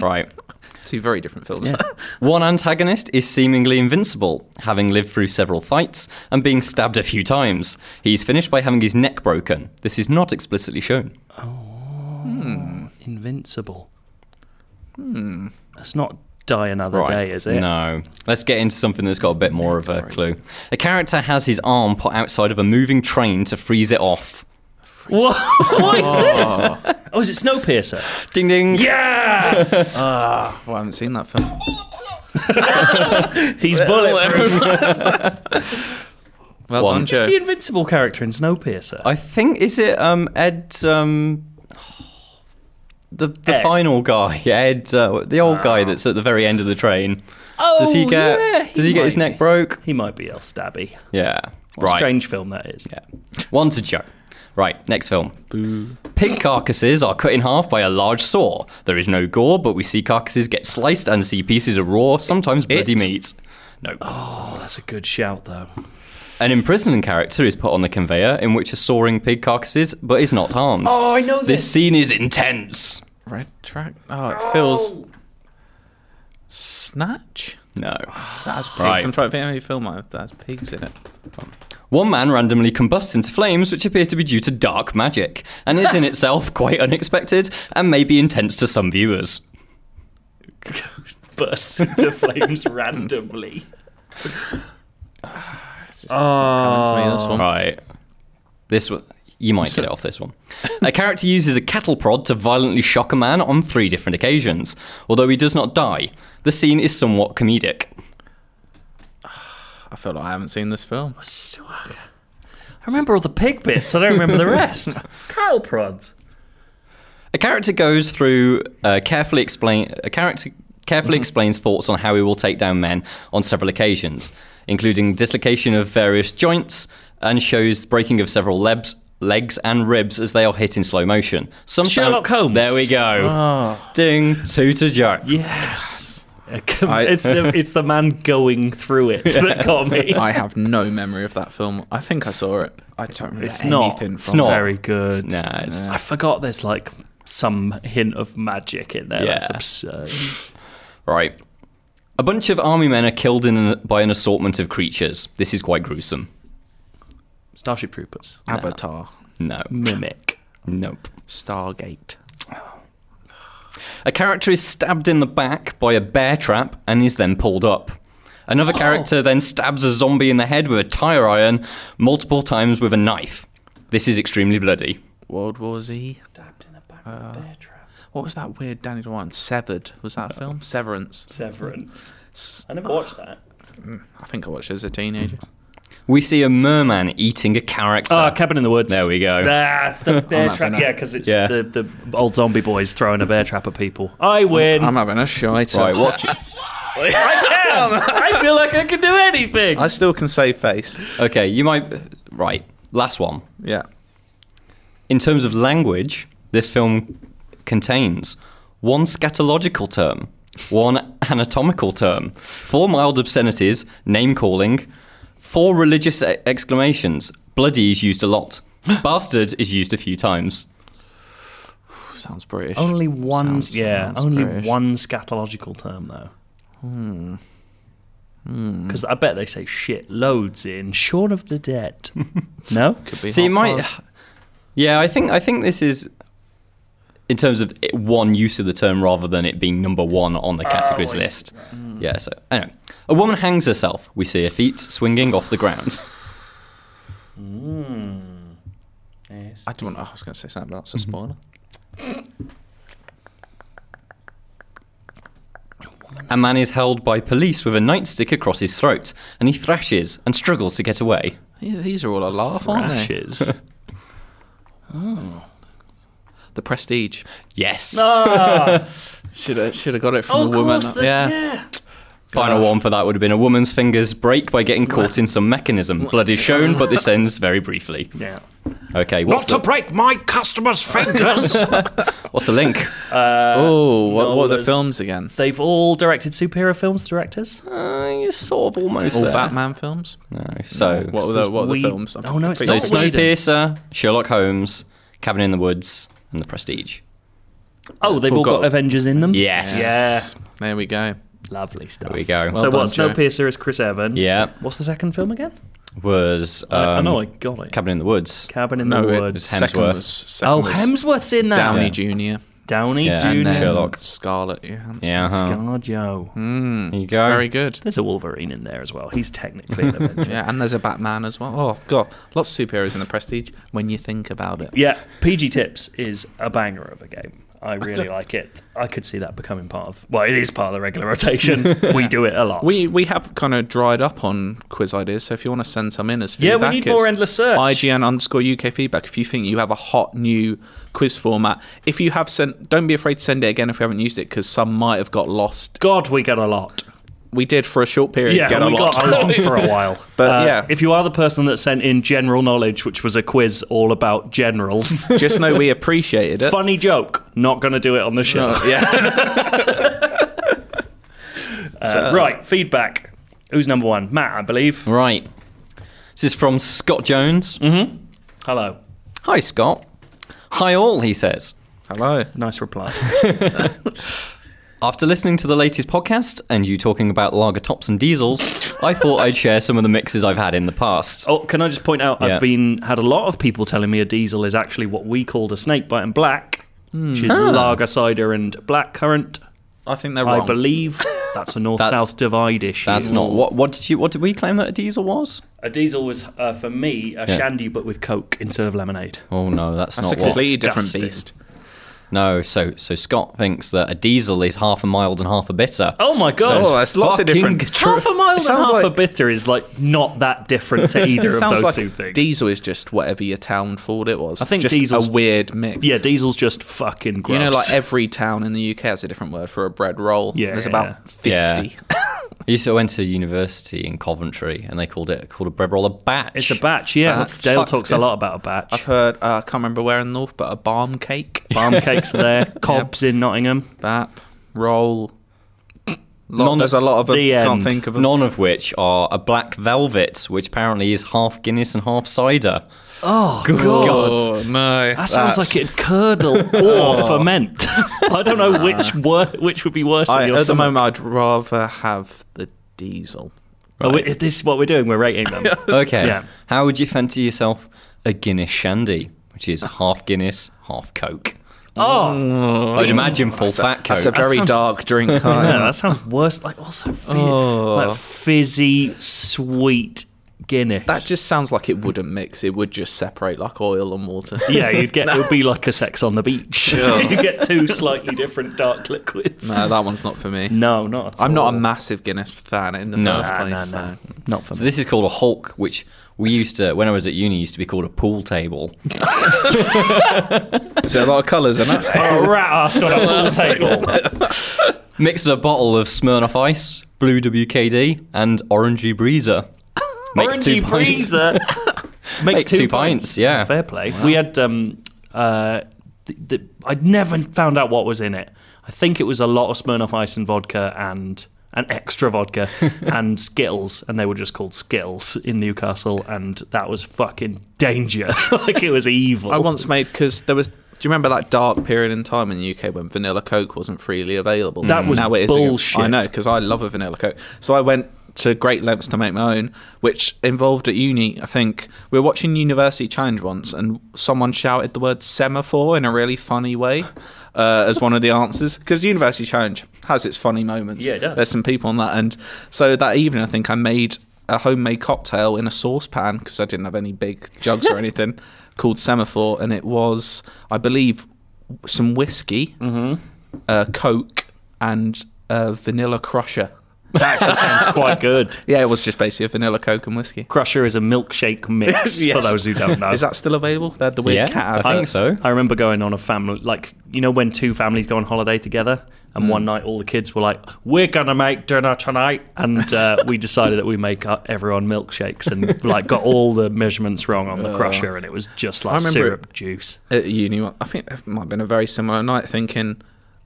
Right. <laughs> Two very different films. One antagonist is seemingly invincible, having lived through several fights and being stabbed a few times. He's finished by having his neck broken. This is not explicitly shown. Invincible. Hmm. That's not Die Another Day, is it? No. Let's get into something that's got a bit more of a clue. A character has his arm put outside of a moving train to freeze it off. What, <laughs> what is this? Oh, is it Snowpiercer? Ding ding. Yes! Well, Oh, I haven't seen that film. He's <laughs> bulletproof. Well One. done, Just Joe. the invincible character in Snowpiercer. I think is it um Ed um the the Ed. Ah. final guy, Ed, uh, the old guy that's at the very end of the train. oh, Does he get yeah, he does he get his might neck be. broke? He might be El Stabby. Yeah. What a right. Strange film that is. Yeah. One to Joe. Right, next film. Pig carcasses are cut in half by a large saw. There is no gore, but we see carcasses get sliced and see pieces of raw, sometimes bloody It. meat. No. Oh, that's a good shout though. An imprisoning character is put on the conveyor in which a soaring pig carcasses, but is not harmed. Oh, I know This this. scene is intense. Red track. Oh, it feels. Snatch. No. That has pigs. Right. I'm trying to think of any film that has pigs in it. One man randomly combusts into flames, which appear to be due to dark magic, <laughs> and is in itself quite unexpected and may be intense to some viewers. Bursts into <laughs> flames randomly. It's Oh. just, it's not coming to me. This one. Right. This one. You might get it off this one. A character uses a cattle prod to violently shock a man on three different occasions. Although he does not die, the scene is somewhat comedic. I feel like I haven't seen this <laughs> film. I remember all the pig bits. I don't remember the <laughs> rest. Cattle prods. A character goes through uh, carefully explain a character carefully Mm-hmm. explains thoughts on how he will take down men on several occasions, including dislocation of various joints and shows breaking of several lebs, legs and ribs as they are hit in slow motion. Some Sherlock Holmes. Ah. There we go. Ding two to Joe. Yes. it's the it's the man going through <laughs> it that got me. I have no memory of that film. I think I saw it. I don't remember It's not- anything it's from not- it. Very good. Nah, it's- I forgot there's like some hint of magic in there. That's Yeah. absurd. Right. A bunch of army men are killed in an, by an assortment of creatures. This is quite gruesome. Starship Troopers. Ah. Avatar, No. Mimic. Nope. Stargate. A character is stabbed in the back by a bear trap and is then pulled up. Another character then stabs a zombie in the head with a tire iron multiple times with a knife. This is extremely bloody. World War Z. Stabbed in the back Uh. of the bear trap. What was that weird Danny DeWine? Severed. Was that a film? Severance. Severance. I never watched that. Hmm. I think I watched it as a teenager. we see a merman eating Oh, a character. Ah, cabin in the woods. There we go. That's the bear I'm trap. having a- Yeah, because it's Yeah. the, the old zombie boys throwing a bear trap at people. I win. I'm having a shite. right, what's I feel like I can do anything. I still can save face. okay? You might right. Last one. Yeah. In terms of language, this film contains one scatological term, one anatomical term, four mild obscenities, name calling, four religious e- exclamations. Bloody is used <gasps> a lot. Bastard is used a few times. Sounds British. Only one. Sounds- yeah, sounds only British. Hmm. one scatological term though. Because I bet they say shit loads in Shaun of the <laughs> Dead. no, Be See, it hot might. fuzz. <sighs> Yeah, I think I think this is in terms of it, one use of the term rather than it being number one on the categories Oh, I see. Mm. list. Yeah. So anyway, a woman hangs herself. We see her feet swinging off the ground. I don't. I was going to say something, but that's a spoiler. A man is held by police with a nightstick across his throat, and he thrashes and struggles to get away. These- These are all a laugh, aren't they? <laughs> rashes. The Prestige. Yes. Should have should have got it from Oh, the woman. course, the- yeah. Final one for that would have been a woman's fingers break by getting caught in some mechanism. Blood is shown, but this ends very briefly. yeah. Okay. What's, Not to the, break my customers' fingers. what's <laughs> the link? Uh, Oh, what, no, what are the there's- films again? <laughs> They've all directed superhero films. The directors. Uh, you're sort of almost All there. Batman films. No, so What were There's the, what were the Whedon- films? I'm Oh, no, it's So not Whedon. Snowpiercer, Sherlock Holmes, Cabin in the Woods, and The Prestige. Oh, they've All all got got- Avengers in them. Yes. Yeah. There we go. Lovely stuff. There we go. so done, what? Joe. Snowpiercer is Chris Evans. Yeah. What's the second film again? was um, I, I know I got it. Cabin in the Woods. Cabin in No, the it- Woods. second Hemsworth. was second Oh, was Hemsworth's in that. Downey Yeah. Jr. Downey Yeah, Jr. and Then Scarlett. Scarlett Johansson. Yeah, uh-huh. ScarJo. Hmm? there you go. Very good. There's a Wolverine in there as well. He's technically <laughs> an Avenger. Yeah, and there's a Batman as well. Oh god, lots of superheroes in the Prestige when you think about it. yeah, PG Tips is a banger of a game. I really like it. I could see that becoming part of. Well, it is part of the regular <laughs> rotation. we do it a lot. We we have kind of dried up on quiz ideas, so if you want to send some in as Yeah, feedback, we need it's more endless search. IGN underscore UK feedback. If you think you have a hot new quiz format, if you have sent, don't be afraid to send it again if we haven't used it because some might have got lost. God, we get a lot. We did for a short period. Yeah, get we got a <laughs> lot for a while. But, Uh, yeah. if you are the person that sent in general knowledge, which was a quiz all about <laughs> generals, Just know we appreciated it. funny joke. Not going to do it on the show. Uh, <laughs> yeah. <laughs> Uh, right, feedback. Who's number one? Matt, I believe. Hmm. Right. This is from Scott Jones. Hello. Hi, Scott. Hi, all, he says. Hello. Nice reply. <laughs> After listening to the latest podcast and you talking about lager tops and diesels, I thought I'd share some of the mixes I've had in the past. oh, can I just point out? Yeah. I've been had a lot of people telling me a diesel is actually what we called a snakebite and black, which is lager cider and black currant. I think they're Hmm. wrong. I believe that's <laughs> a north-south That's- divide issue. That's not what. What did you? What did we claim that a diesel was? a diesel was uh, for me a shandy, but with coke instead of lemonade. Oh no, that's, It's a not what. completely different Disgusting. beast. No, so so Scott thinks that a diesel is half a mild and half a bitter. Oh my god! Oh, that's lots of Fucking different. <laughs> half a mile and sounds half a like- bitter is like not that different <laughs> to either of It sounds those like two things. diesel is just whatever your town thought it was. I think just diesel's- a weird mix. yeah, diesel's just fucking gross. You know, like every town in the UK has a different word for a bread roll. Yeah, There's yeah, about yeah. 50. I used to went to university in Coventry, and they called it called a bread roll a batch. It's a batch, yeah. Batch. Dale Fuck's talks a good. lot about a batch. I've heard, uh, I can't remember where in the north, but a barm cake. Farm cakes are <laughs> there, Cobb's in Nottingham. Bap, roll. Lot, None- there's a lot of them. the can't end. think of them. None of which are a black velvet, which apparently is half Guinness and half cider. Oh, God. Oh, no. That sounds That's- Oh. like it'd curdle <laughs> or ferment. <laughs> I don't know which wor- which would be worse. Ah. in I, at your the stomach. moment, I'd rather have the diesel. Oh, wait, is this what we're doing? We're rating <laughs> them. Okay. Yeah. How would you fancy yourself a Guinness shandy, which is half Guinness, half Coke? oh, I'd imagine full fat Coke. That's a very dark <laughs> drink. Oh. yeah, that sounds worse. Like also fi- like fizzy, sweet Guinness. That just sounds like it wouldn't mix. It would just separate like oil and water. yeah, you'd get it would be like a sex on the beach. <laughs> you get two slightly different dark liquids. <laughs> no, that one's not for me. <laughs> No, not. At I'm all. not a massive Guinness fan in the No. first Nah, place. nah, so- nah. Not for So me. this is called a Hulk, which we used to when I was at uni used to be called a pool table. Is there a lot of colours in <laughs> it? a rat assed on a pool <laughs> table. Mixed a bottle of Smirnoff Ice, Blue WKD, and Orangey <laughs> Breezer. Makes Orangey two pints. breezer uh, makes Make two, two pints, yeah. fair play. We had um uh th- th- I'd never found out what was in it. I think it was a lot of Smirnoff Ice and vodka and an extra vodka and Skittles, and they were just called Skittles in Newcastle, and that was fucking danger. <laughs> like it was evil. I once made because there was. Do you remember that dark period in time in the UK when vanilla Coke wasn't freely available? That was now it is again. bullshit. I know because I love a vanilla Coke. So I went to great lengths to make my own, which involved at uni. I think we were watching University Challenge once, and someone shouted the word semaphore in a really funny way uh, as one of the answers because University Challenge has its funny moments. Yeah, it does. There's some people on that, and so that evening I think I made a homemade cocktail in a saucepan because I didn't have any big jugs or anything called semaphore, and it was, I believe, some whiskey, uh, Coke, and uh, vanilla crusher. That actually sounds quite good. Yeah, it was just basically a vanilla Coke and whiskey. Crusher is a milkshake mix <laughs> Yes. for those who <laughs> don't know. Is that still available? They had the weird Yeah, cat I advert. think so. I remember going on a family, like, you know, when two families go on holiday together, and Mm. one night all the kids were like, We're gonna make dinner tonight. <laughs> And uh, we decided that we make uh, everyone milkshakes and, like, got all the measurements wrong Uh. on the crusher, and it was just like remember syrup juice. at uni. I think it might have been a very similar night. Thinking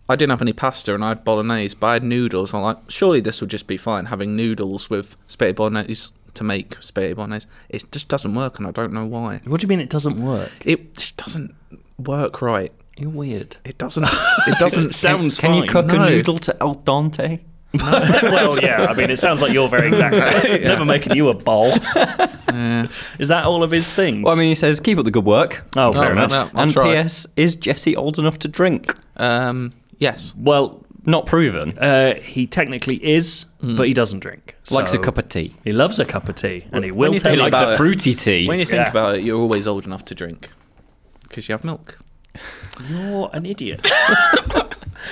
I didn't have any pasta and I had bolognese, but I had noodles. I'm like, surely this would just be fine having noodles with spaghetti bolognese to make spaghetti bolognese. It just doesn't work, and I don't know why. What do you mean it doesn't work? It just doesn't work right. You're <laughs> weird. It doesn't. <laughs> It doesn't sounds Can you cook Oh, No. a noodle to El Dante? well, yeah, I mean, it sounds like you're very exact. <laughs> Never making you a bowl. Is that all of his things? Well, I mean, he says keep up the good work. oh, fair no, enough. no. I'll and try. P.S. Is Jesse old enough to drink? Um. Yes. Well, Not proven. uh, he technically is, but he doesn't drink. Mm. Likes a so- cup of tea. He loves a cup of tea, and he will you tell think you. about Likes About a it. fruity tea. When you think Yeah. about it, you're always old enough to drink because you have milk. You're an idiot.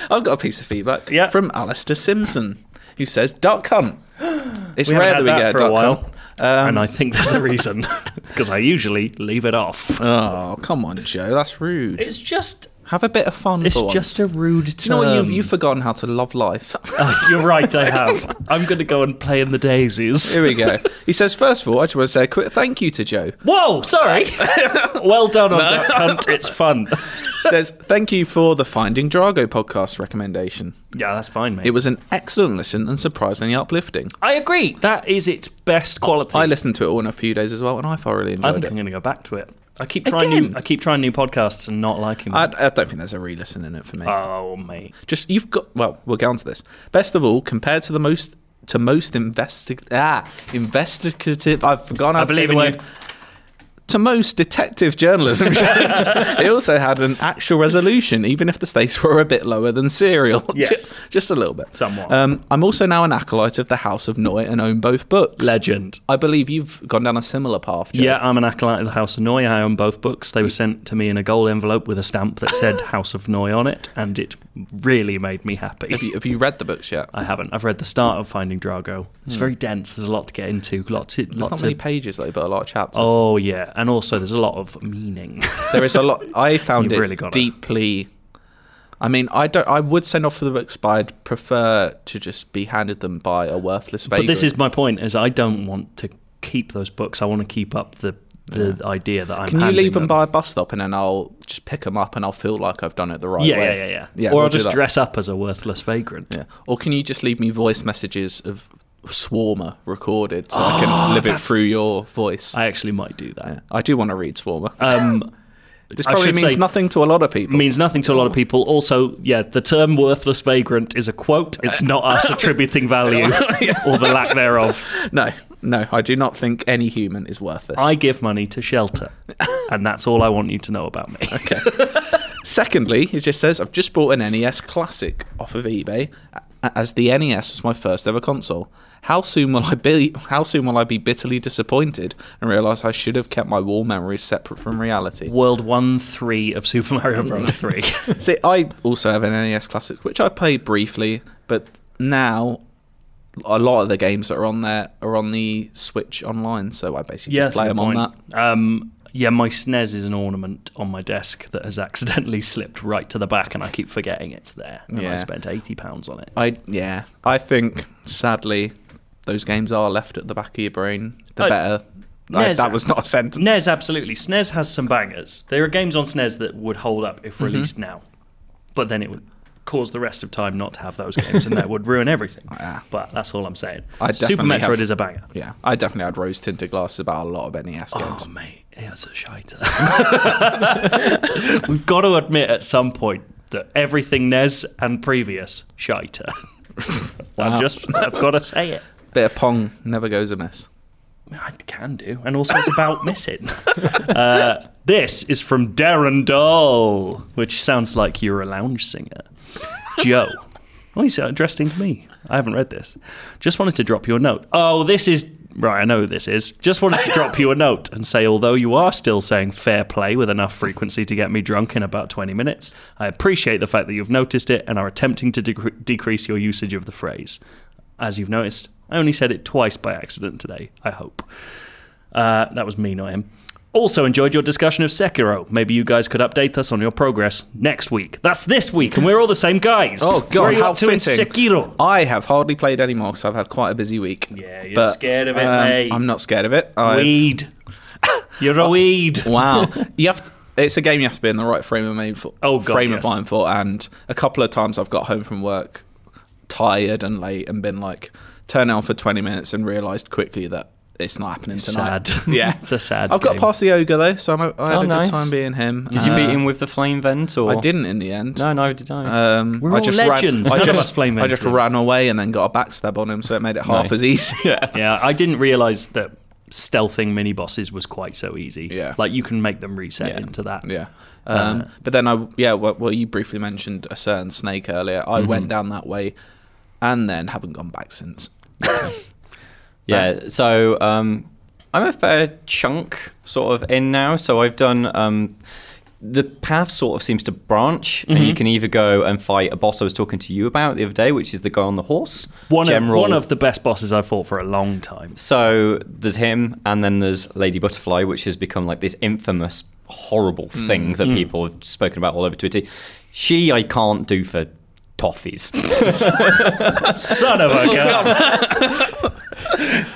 I've got a piece of feedback Yeah. from Alistair Simpson, who says duck <gasps> hunt. It's We haven't rare had that we that get a for a duck while. hunt. Um, and I think there's <laughs> a reason, because I usually leave it off. Uh, Oh, come on, Joe. That's rude. It's just, Have a bit of fun. it's for once. just a rude term. Do you know what? You've, you've forgotten how to love <laughs> life. <laughs> You're right, I have. I'm going to go and play in the daisies. Here we go. He says, first of all, I just want to say a quick thank you to Joe. Whoa, <laughs> sorry. well done on Duck Hunt. It's fun. says, thank you for the Finding Drago podcast recommendation. Yeah, that's fine, mate. It was an excellent listen and surprisingly uplifting. I agree. That is its best quality. I listened to it all in a few days as well, and I thoroughly I enjoyed think I'm it. going to go back to it. I keep trying new. Again? I keep trying new podcasts and not liking I, them. I don't think there's a re-listen in it for me. oh, mate. just you've got well we'll get on to this best of all compared to the most to most investi- ah, investigative i've forgotten how I to say believe the in word. you. to most detective journalism <laughs> shows it also had an actual resolution even if the stakes were a bit lower than serial <laughs> Yes. just, just a little bit Somewhat. um, i'm also now an acolyte of the house of noy and own both books Legend. i believe you've gone down a similar path Joe. Yeah, I'm an acolyte of the House of Noy. I own both books. Mm. They were sent to me in a gold envelope with a stamp that said <gasps> House of Noy on it, and it really made me have happy. you, have you read the books yet I haven't. I've read the start of Finding Drago. It's very dense. There's a lot to get into. Lot to. Mm. there's Lot not to many pages though but a lot of chapters oh yeah, and also there's a lot of meaning. <laughs> there is a lot i found You've it really got it. deeply i mean i don't i would send off for the books but i'd prefer to just be handed them by a worthless vagrant but this is my point: is I don't want to keep those books. I want to keep up the the idea that I'm. can you handing leave them by a bus stop and then i'll just pick them up and i'll feel like i've done it the right Yeah, way yeah, yeah, yeah. yeah or we'll I'll do just that. dress up as a worthless vagrant. yeah. or can you just leave me voice messages of swarmer recorded so i <gasps> can live it through your voice I- I actually might do that. do want to read Swarmer. <laughs> Um, this I probably should means say- nothing to a lot of people. means nothing to a lot of people. Also, yeah, the term worthless vagrant is a quote. Uh, It's not <laughs> us attributing value <laughs> or the lack thereof. No, no, I do not think any human is worth this. I give money to shelter. And that's all I want you to know about <laughs> me. E Okay. Secondly, it just says, I've just bought an NES Classic off of eBay a- as the NES was my first ever console. How soon will I be? How soon will I be bitterly disappointed and realise I should have kept my wall memories separate from reality? World 1 3 of Super Mario Bros. <laughs> 3. See, I also have an NES Classic, which I played briefly, but now a lot of the games that are on there are on the Switch Online, so I basically yeah, <laughs> just play that's a them good on that. point. Um, yeah, my SNES is an ornament on my desk that has accidentally <laughs> slipped right to the back, and I keep forgetting it's there. And I Yeah. spent eighty pounds on it. I yeah, I think sadly those games are left at the back of your brain. The I- better. Like, Nez- that was not a sentence. SNES, absolutely. SNES has some bangers. There are games on SNES that would hold up Mm-hmm. if released now, but then it would cause the rest of time not to have those games, and that would ruin everything. <laughs> Yeah. But that's all I'm saying. I Super definitely Metroid have- is a banger. Yeah, I definitely had rose tinted glasses about a lot of NES games. Oh, mate, it was a shiter. <laughs> We've got to admit at some point that everything NES and previous <laughs> shiter. I'm just, I've got to say it. Bit of Pong never goes amiss. I can do, and also it's about missing. Uh, this is from Darren Doll, which sounds like you're a lounge singer. Joe. Oh, he's interesting to me. I haven't read this. Just wanted to drop you a note. Oh, this is. Right, I know who this is. Just wanted to drop you a note and say, although you are still saying fair play with enough frequency to get me drunk in about 20 minutes, I appreciate the fact that you've noticed it and are attempting to dec- decrease your usage of the phrase. As you've noticed, I only said it twice by accident today, I hope. Uh, that was me, not him. Also enjoyed your discussion of Sekiro. Maybe you guys could update us on your progress next week. That's this week, and we're all the same guys. Where Oh are god, you how up to in fitting! Sekiro. I have hardly played anymore because I've had quite a busy week. Yeah, you're scared of it, mate. um, I'm not scared of it. I've- Weed. You're a <laughs> weed. Wow, <laughs> you have to. It's a game you have to be in the right frame of mind for. Oh, God, frame yes. of mind for. And a couple of times I've got home from work tired and late and been like, turn it on for twenty minutes and realised quickly that it's not happening tonight. Sad. Yeah, <laughs> It's a sad I've got game. past the ogre though, so I'm, I had Oh, a nice. good time being him. Did you Uh, meet him with the flame vent or? I didn't in the end. No, no, did I? Um, We're I all just legends. Ran, None I of just, us flame I just vented. ran away and then got a backstab on him, so it made it half Nice. as easy. <laughs> yeah, I didn't realize that stealthing mini bosses was quite so easy. Yeah. Like you can make them reset Yeah. into that. Yeah. Um, but then I, yeah, well, well, you briefly mentioned a certain snake earlier. I went down that way and then haven't gone back since. Yeah. So um, I'm a fair chunk sort of in now. So I've done. Um, the path sort of seems to branch, and Mm-hmm. you can either go and fight a boss I was talking to you about the other day, which is the guy on the horse. One General of one of the best bosses I've fought for a long <laughs> time. So there's him, and then there's Lady Butterfly, which has become like this infamous, horrible thing Mm. that people have spoken about all over Twitter. She, I can't do for toffees. Son of Oh, a gun.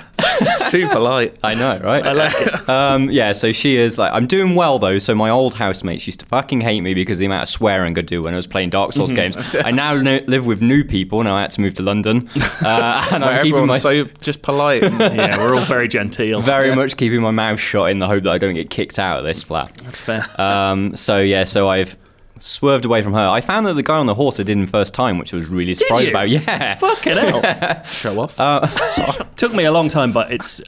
Super light. <laughs> I know, right? I like it. Um, yeah, so she is like, I'm doing well though. So my old housemates used to fucking hate me because of the amount of swearing I do when I was playing Dark Mhm. Souls games. I now no- live with new people, and I had to move <laughs> to London, uh, and Where I'm keeping everyone's my. so just <laughs> polite. <laughs> and- yeah, we're all very genteel. very much keeping my mouth shut in the hope that I don't get kicked out of this flat. That's fair. Um, so yeah, so I've swerved away from her. I found that the guy on the horse I did in first time, which I was really surprised you? about. <laughs> Yeah. Fucking hell. Uh, show <laughs> off. Took me a long time, but it's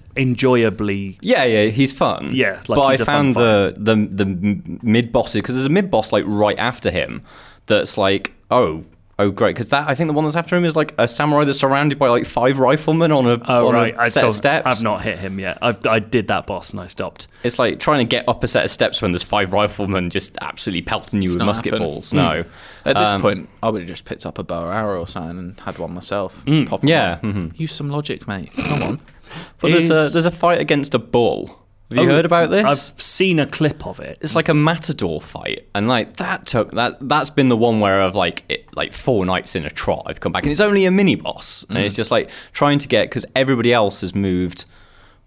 enjoyably. Yeah, yeah, he's fun. Yeah, like, but he's I a fun found the the the mid bosses because there's a mid boss like right after him that's like oh. Oh great! Because that I think the one that's after him is like a samurai that's surrounded by like five riflemen on a, Oh on right, a set so- of steps. I've not hit him yet. I've, I did that boss and I stopped. It's like trying to get up a set of steps when there's five riflemen just absolutely pelting you with not musket happened. balls. No, Hmm. At this Um, point, I would have just picked up a bow or arrow or something and had one myself. pop 'em yeah, off. Use some logic, mate. Come on. But there's a is- there's a fight against a bull. Have you Oh, heard about this? I've seen a clip of it. It's like a matador fight, and like that took that that's been the one where I've like it, like four nights in a trot. I've come back, and it's only a mini boss, and it's just like trying to get because everybody else has moved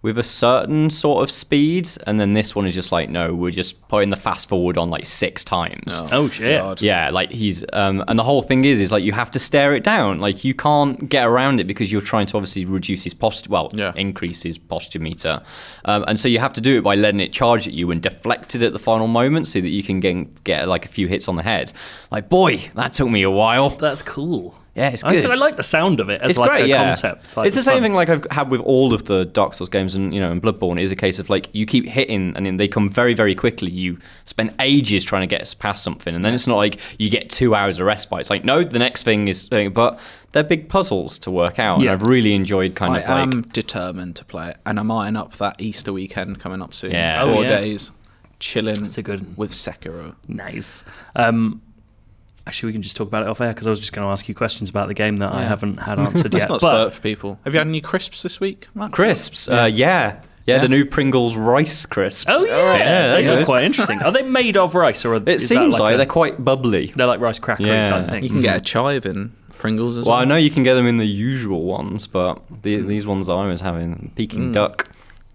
with a certain sort of speed, and then this one is just like no, we're just putting the fast forward on like six times. Oh shit! God. Yeah, like he's um, and the whole thing is is like you have to stare it down. Like you can't get around it because you're trying to obviously reduce his posture, well, Yeah. increase his posture meter, um, and so you have to do it by letting it charge at you and deflect it at the final moment so that you can get, get like a few hits on the head. Like boy, that took me a while. That's cool. Yeah, it's I, good. I like the sound of it as it's like great, a yeah. concept. It's, like, the same fun. thing like I've had with all of the Dark Souls games and you know and Bloodborne is a case of like you keep hitting and then they come very very quickly. You spend ages trying to get past something and then it's not like you get two hours of respite. It's like no, the next thing is thing, but they're big puzzles to work out. Yeah. And I've really enjoyed kind I of like am determined to play it, and I'm eyeing up that Easter weekend coming up soon. Yeah. four Oh, yeah. days, chilling. That's a good one. with Sekiro. Nice. Um, actually, we can just talk about it off air because I was just going to ask you questions about the game that I haven't <laughs> had answered That's yet. not but spurt for people. Have you had any crisps this week? Matt? crisps. Yeah. Uh, yeah. yeah, the new Pringles rice crisps. oh yeah, yeah, they they're look good. quite interesting. Are they made of rice or? Are, It is that seems like, a- they're quite bubbly. they're like rice cracker Yeah. type You things. can get a chive in Pringles as well. Well, I know you can get them in the usual ones, but the, Mm. these ones that I was having, Peking duck.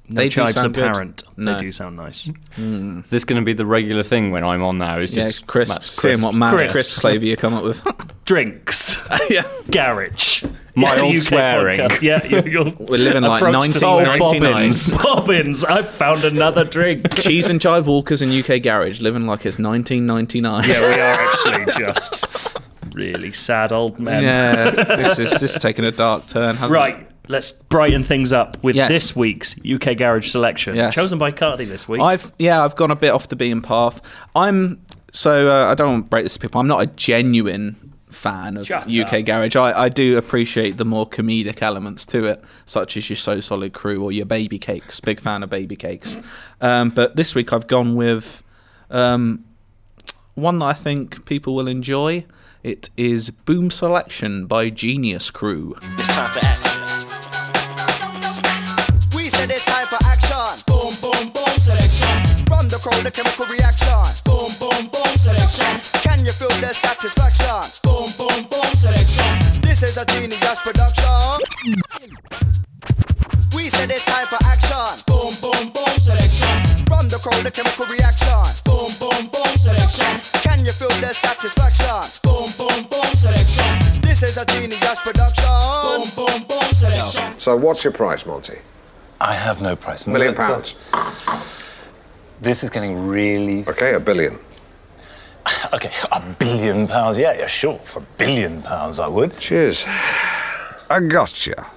No They do chives sound good. apparent. No. They do sound nice. Is this going to be the regular thing when I'm on now? It's Yeah, just crisps. Matt's Seeing what mad Crisps. crisp flavor you come <laughs> up with. Drinks. <laughs> yeah, Garage. My It's the old UK swearing. podcast. Yeah, <laughs> you- you're we're living like Approach to Oh, 1999. bobbins. <laughs> Bobbins. I found another drink. <laughs> Cheese and Jive Walkers in UK garage, living like it's 1999. yeah, we are actually just really sad old men. <laughs> <laughs> Yeah, this is just taking a dark turn, hasn't it? Right, let's brighten things up with Yes. this week's UK Garage selection, Yes. chosen by Cardi this week. I've yeah, I've gone a bit off the beaten path. I'm so uh, I don't want to break this to people. I'm not a genuine fan of Shut UK up. garage. I, I do appreciate the more comedic elements to it, such as your So Solid Crew or your Baby Cakes. Big fan of Baby Cakes. Um, but this week I've gone with um, one that I think people will enjoy. It is Boom Selection by Genius Crew. It's time for action. We said it's time for action. Boom, boom, boom, selection. From the crowd, the chemical reaction. Boom, boom, boom, selection. Can you feel the satisfaction? Boom, boom, boom, selection. This is a genius production. We said it's time for action. Boom, boom, boom, selection. From the crowd, the chemical reaction. Boom, boom, boom, selection. Can you feel the satisfaction? Boom, boom, boom, selection. This is a genius production. Boom, boom, boom, selection. So what's your price, Monty? I have no price. A million Look, pounds. This is getting really. Okay, a billion. Okay, a billion pounds. Yeah, yeah, sure. For a billion pounds, I would. Cheers. I gotcha.